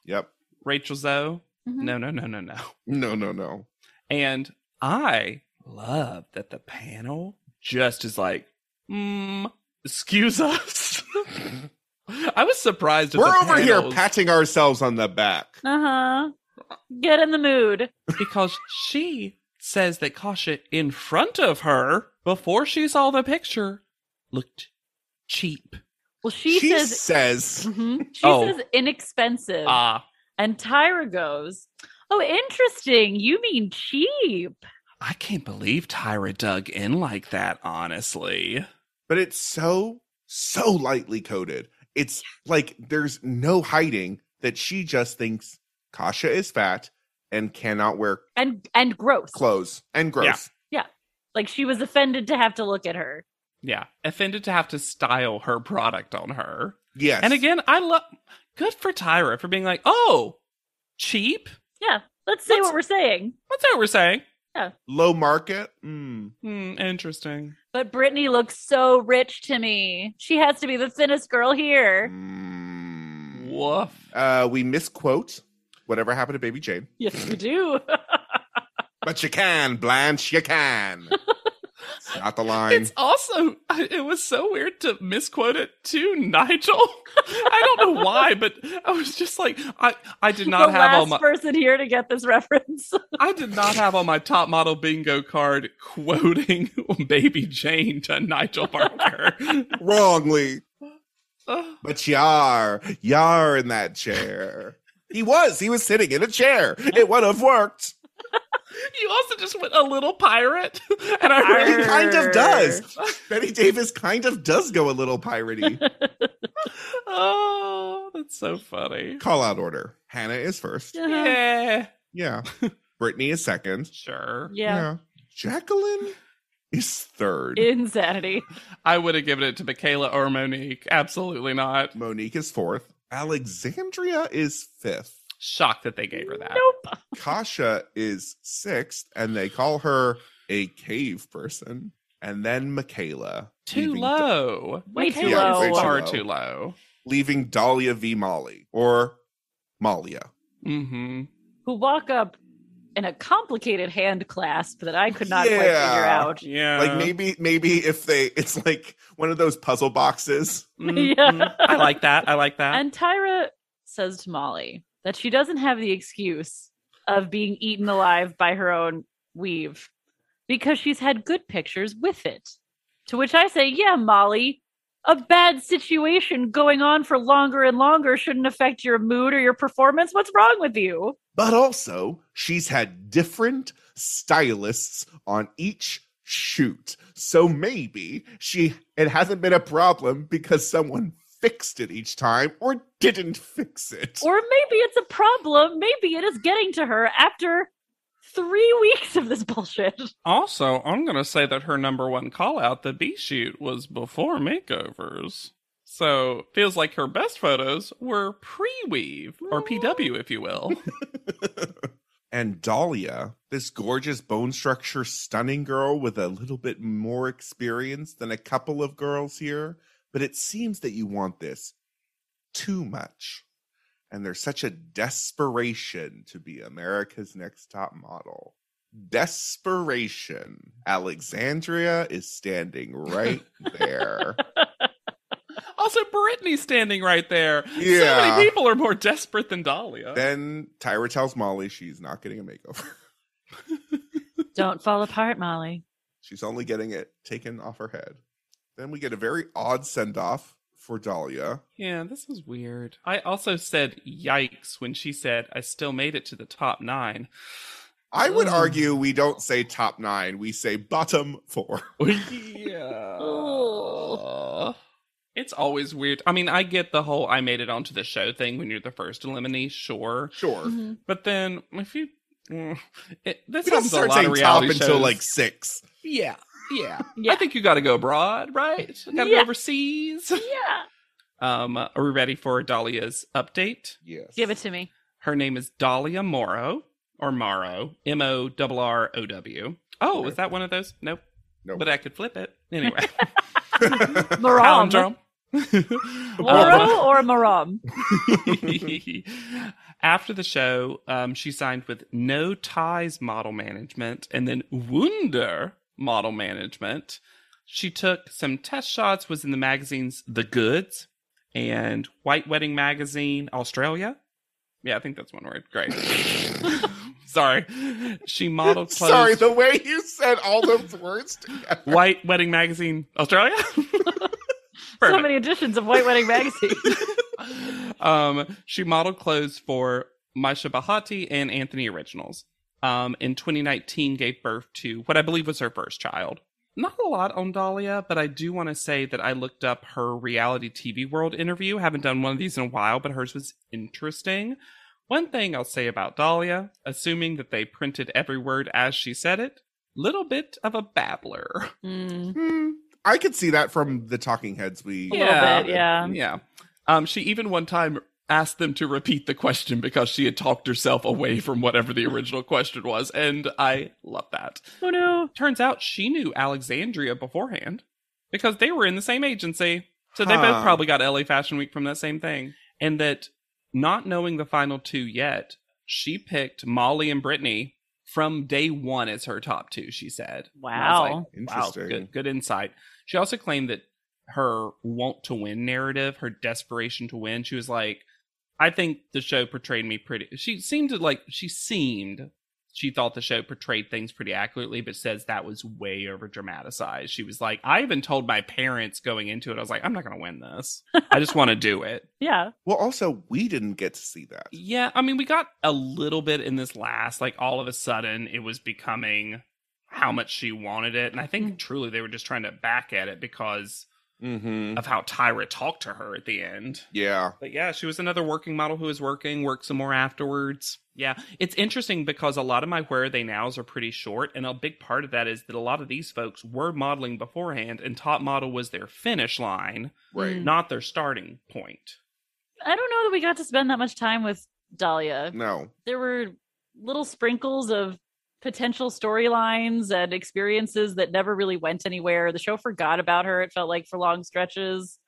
Speaker 1: Yep.
Speaker 2: Rachel Zoe.
Speaker 3: Mhm.
Speaker 2: No, no, no, no, no.
Speaker 1: No, no, no.
Speaker 2: And I love that the panel just is like, mm, excuse us. I was surprised. at
Speaker 1: We're
Speaker 2: the
Speaker 1: over here
Speaker 2: panels
Speaker 1: patting ourselves on the back.
Speaker 3: Uh huh. Get in the mood.
Speaker 2: because she says that Kasha in front of her before she saw the picture looked cheap.
Speaker 3: Well, she,
Speaker 1: she
Speaker 3: says.
Speaker 1: says
Speaker 3: Mhm. She
Speaker 2: Oh.
Speaker 3: says inexpensive.
Speaker 2: Ah,
Speaker 3: and Tyra goes, Oh, interesting. You mean cheap.
Speaker 2: I can't believe Tyra dug in like that. Honestly,
Speaker 1: but it's so so lightly coded it's like there's no hiding that she just thinks kasha is fat and cannot wear
Speaker 3: And and gross.
Speaker 1: clothes and gross
Speaker 2: Yeah.
Speaker 3: Like she was offended to have to look at her.
Speaker 2: yeah, offended to have to style her product on her.
Speaker 1: yes
Speaker 2: And again, I love. Good for Tyra for being like, oh, cheap.
Speaker 3: Yeah. Let's say
Speaker 2: Let's-
Speaker 3: what we're saying.
Speaker 2: What's that we're saying?
Speaker 1: low market mm.
Speaker 2: Hmm, interesting.
Speaker 3: But Brittany looks so rich to me. She has to be the thinnest girl
Speaker 2: Hmm.
Speaker 3: here.
Speaker 1: Mm.
Speaker 2: Woof.
Speaker 1: uh we misquote whatever happened to baby jane
Speaker 3: Yes, we do.
Speaker 1: but you can blanche you can it's not the line
Speaker 2: It's also it was so weird to misquote it to Nigel. I don't know why, but I was just like I I did not
Speaker 3: the
Speaker 2: have
Speaker 3: last
Speaker 2: on my
Speaker 3: person here to get this reference.
Speaker 2: I did not have on my top model bingo card quoting Baby Jane to Nigel Barker.
Speaker 1: wrongly
Speaker 2: Ugh.
Speaker 1: But yar, yar in that chair. he was, he was sitting in a chair. It would have worked.
Speaker 2: you also just went a little pirate, and I
Speaker 1: He
Speaker 2: really,
Speaker 3: Arr.
Speaker 1: kind of does. Betty Davis kind of does go a little piratey.
Speaker 2: oh, that's so funny.
Speaker 1: Call out order. Hannah is first.
Speaker 3: Uh-huh.
Speaker 2: Yeah,
Speaker 1: Yeah. Brittany is second.
Speaker 2: sure.
Speaker 3: Yeah.
Speaker 1: Jacqueline is third.
Speaker 3: Insanity.
Speaker 2: I would have given it to Michaela or Monique. Absolutely not.
Speaker 1: Monique is fourth. Alexandria is fifth.
Speaker 2: Shocked that they gave her that.
Speaker 3: Nope.
Speaker 1: Kasha is sixth, and they call her a cave person. And then Michaela.
Speaker 2: Too
Speaker 1: leaving-
Speaker 2: low.
Speaker 3: Way too
Speaker 2: Michaela is
Speaker 3: low. Way too
Speaker 2: Far
Speaker 1: low.
Speaker 2: too low.
Speaker 1: leaving Dahlia v. Molly or Malia.
Speaker 2: Mm-hmm.
Speaker 3: Who walk up in a complicated hand clasp that I could not quite
Speaker 1: Yeah.
Speaker 3: figure out.
Speaker 2: Yeah.
Speaker 1: like maybe, maybe if they, it's like one of those puzzle boxes.
Speaker 2: Mhm.
Speaker 3: Yeah.
Speaker 2: I like that. I like that.
Speaker 3: And Tyra says to Molly that she doesn't have the excuse of being eaten alive by her own weave because she's had good pictures with it. To which I say, yeah, Molly, a bad situation going on for longer and longer shouldn't affect your mood or your performance. What's wrong with you?
Speaker 1: But also, she's had different stylists on each shoot. So maybe she, it hasn't been a problem because someone fixed it each time or didn't fix it.
Speaker 3: Or maybe it's a problem. Maybe it is getting to her after three weeks of this bullshit.
Speaker 2: also, I'm going to say that her number one call out, the B shoot, was before makeovers. So feels like her best photos were pre-weave or PW, if you will.
Speaker 1: and Dahlia, this gorgeous bone structure, stunning girl with a little bit more experience than a couple of girls here. But it seems that you want this too much. And there's such a desperation to be America's next top model. Desperation. Alexandria is standing right there.
Speaker 2: also, Brittany's standing right there. So
Speaker 1: Yeah.
Speaker 2: many people are more desperate than Dahlia.
Speaker 1: then Tyra tells Molly she's not getting a makeover.
Speaker 3: Don't fall apart, Molly.
Speaker 1: She's only getting it taken off her head. Then we get a very odd send off for Dahlia.
Speaker 2: Yeah, this was weird. I also said yikes when she said I still made it to the top nine.
Speaker 1: I would
Speaker 2: Ooh.
Speaker 1: argue we don't say top nine, we say bottom four.
Speaker 2: yeah. it's always weird. I mean, I get the whole I made it onto the show thing when you're the first eliminee, sure.
Speaker 1: Sure.
Speaker 3: Mm-hmm.
Speaker 2: But then if you mm, it, this
Speaker 1: We don't
Speaker 2: happens a
Speaker 1: start
Speaker 2: lot of
Speaker 1: saying top
Speaker 2: reality shows.
Speaker 1: until like six.
Speaker 2: yeah, yeah.
Speaker 3: Yeah.
Speaker 2: I think you got to go abroad, right? Got to
Speaker 3: Yeah.
Speaker 2: go overseas.
Speaker 3: Yeah.
Speaker 2: Um, are we ready for Dahlia's update?
Speaker 1: Yes.
Speaker 3: Give it to me.
Speaker 2: Her name is Dahlia Morrow or Morrow, M O R R O W. Oh, was that one of those? Nope.
Speaker 1: Nope.
Speaker 2: But I could flip it anyway.
Speaker 3: Marom.
Speaker 2: Palindrome.
Speaker 3: Moro or Marom?
Speaker 2: Um, After the show, um, she signed with No Ties Model Management and then Wunder Model Management. She took some test shots, was in the magazines The Goods and White Wedding Magazine Australia. Yeah, I think that's one word. Great. Sorry. She modeled clothes.
Speaker 1: Sorry, the way you said all those words together.
Speaker 2: White Wedding Magazine Australia.
Speaker 3: So
Speaker 2: Perfect.
Speaker 3: many editions of White Wedding Magazine.
Speaker 2: um, she modeled clothes for Maisha Bahati and Anthony Originals. Um, in 2019, gave birth to what I believe was her first child. Not a lot on Dahlia, but I do want to say that I looked up her reality TV world interview. Haven't done one of these in a while, but hers was interesting. One thing I'll say about Dahlia, assuming that they printed every word as she said it, little bit of a babbler.
Speaker 3: Mm,
Speaker 1: Hmm, I could see that from the talking heads we
Speaker 3: a
Speaker 2: Yeah.
Speaker 3: little bit, yeah.
Speaker 2: Yeah. Um, she even one time asked them to repeat the question because she had talked herself away from whatever the original question was. And I love that.
Speaker 3: Oh no.
Speaker 2: Turns out she knew Alexandria beforehand because they were in the same agency. So they
Speaker 1: Huh.
Speaker 2: both probably got LA Fashion Week from that same thing. And that not knowing the final two yet, she picked Molly and Brittany from day one as her top two, she said. And I was like,
Speaker 3: Wow.
Speaker 1: Interesting.
Speaker 2: Wow, good, good insight. She also claimed that her want to win narrative, her desperation to win, she was like, I think the show portrayed me pretty. She seemed to like, she seemed, she thought the show portrayed things pretty accurately, but says that was way over dramatized. She was like, I even told my parents going into it, I was like, I'm not going to win this. I just want to do it.
Speaker 3: Yeah.
Speaker 1: Well, also, we didn't get to see that.
Speaker 2: Yeah, I mean, we got a little bit in this last, like all of a sudden it was becoming how much she wanted it. And I think truly they were just trying to back at it because
Speaker 1: Mm-hmm.
Speaker 2: of how Tyra talked to her at the end.
Speaker 1: Yeah.
Speaker 2: But yeah, she was another working model who was working, worked some more afterwards. Yeah, it's interesting because a lot of my where are they nows are pretty short, and a big part of that is that a lot of these folks were modeling beforehand, and top model was their finish line,
Speaker 1: Right.
Speaker 3: Hmm.
Speaker 2: not their starting point.
Speaker 3: I don't know that we got to spend that much time with Dahlia.
Speaker 1: No.
Speaker 3: There were little sprinkles of potential storylines and experiences that never really went anywhere. The show forgot about her, it felt like, for long stretches.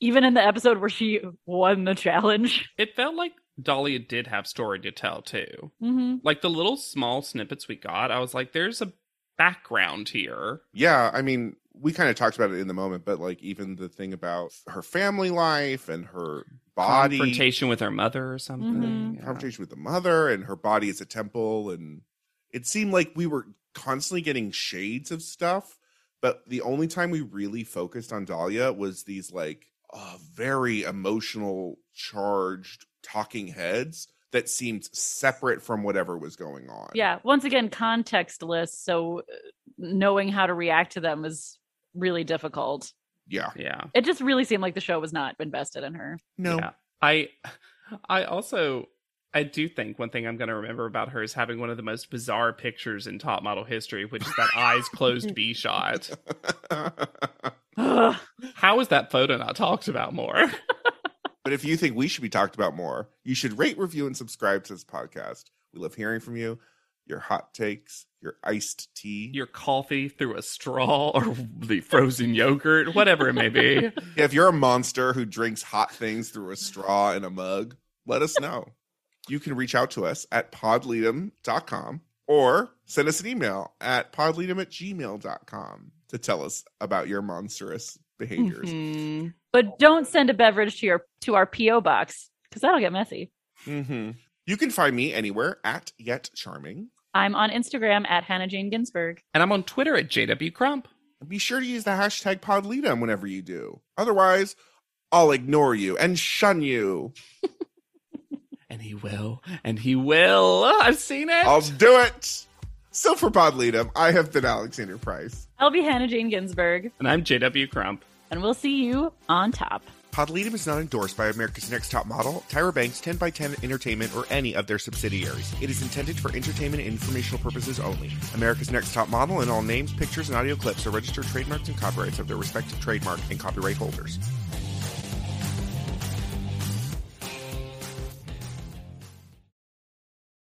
Speaker 3: Even in the episode where she won the challenge.
Speaker 2: It felt like Dahlia did have story to tell too.
Speaker 3: Mm-hmm.
Speaker 2: Like the little small snippets we got, I was like, "There's a background here."
Speaker 1: Yeah, I mean, we kind of talked about it in the moment, but like even the thing about her family life and her body
Speaker 2: Confrontation with her mother or something.
Speaker 3: Mhm.
Speaker 2: Yeah.
Speaker 1: confrontation with the mother and her body as a temple and it seemed like we were constantly getting shades of stuff but the only time we really focused on dahlia was these like uh, very emotional charged talking heads that seemed separate from whatever was going on
Speaker 3: Yeah. Once again, contextless. So uh, knowing how to react to them is really difficult.
Speaker 1: yeah
Speaker 2: yeah.
Speaker 3: It just really seemed like the show was not invested in her.
Speaker 1: no
Speaker 2: Yeah. I I also I do think one thing I'm going to remember about her is having one of the most bizarre pictures in top model history, which is that eyes closed B shot.
Speaker 3: Ugh.
Speaker 2: How is that photo not talked about more?
Speaker 1: But if you think we should be talked about more, you should rate, review, and subscribe to this podcast. We love hearing from you, your hot takes, your iced tea.
Speaker 2: Your coffee through a straw or the frozen yogurt, whatever it may be.
Speaker 1: if you're a monster who drinks hot things through a straw in a mug, let us know. You can reach out to us at podleadum.com or send us an email at podleadum at gmail.com to tell us about your monstrous behaviors.
Speaker 2: Mhm.
Speaker 3: But don't send a beverage to your to our PO box because that'll get messy.
Speaker 1: Mm-hmm. You can find me anywhere at Yet Charming.
Speaker 3: I'm on Instagram at Hannah Jane Ginsburg.
Speaker 2: And I'm on Twitter at JW Crump.
Speaker 1: be sure to use the hashtag podleadum whenever you do. Otherwise, I'll ignore you and shun you.
Speaker 2: And he will. And he will. I've seen it.
Speaker 1: I'll do it. So for podleadum, I have been Alexander Price.
Speaker 3: I'll be Hannah Jane Ginsburg,
Speaker 2: and I'm JW Crump.
Speaker 3: and we'll see you on top.
Speaker 1: Podleadum is not endorsed by America's Next Top Model, Tyra Banks, 10x10 Entertainment, or any of their subsidiaries. It is intended for entertainment and informational purposes only. America's Next Top Model and all names, pictures, and audio clips are registered trademarks and copyrights of their respective trademark and copyright holders.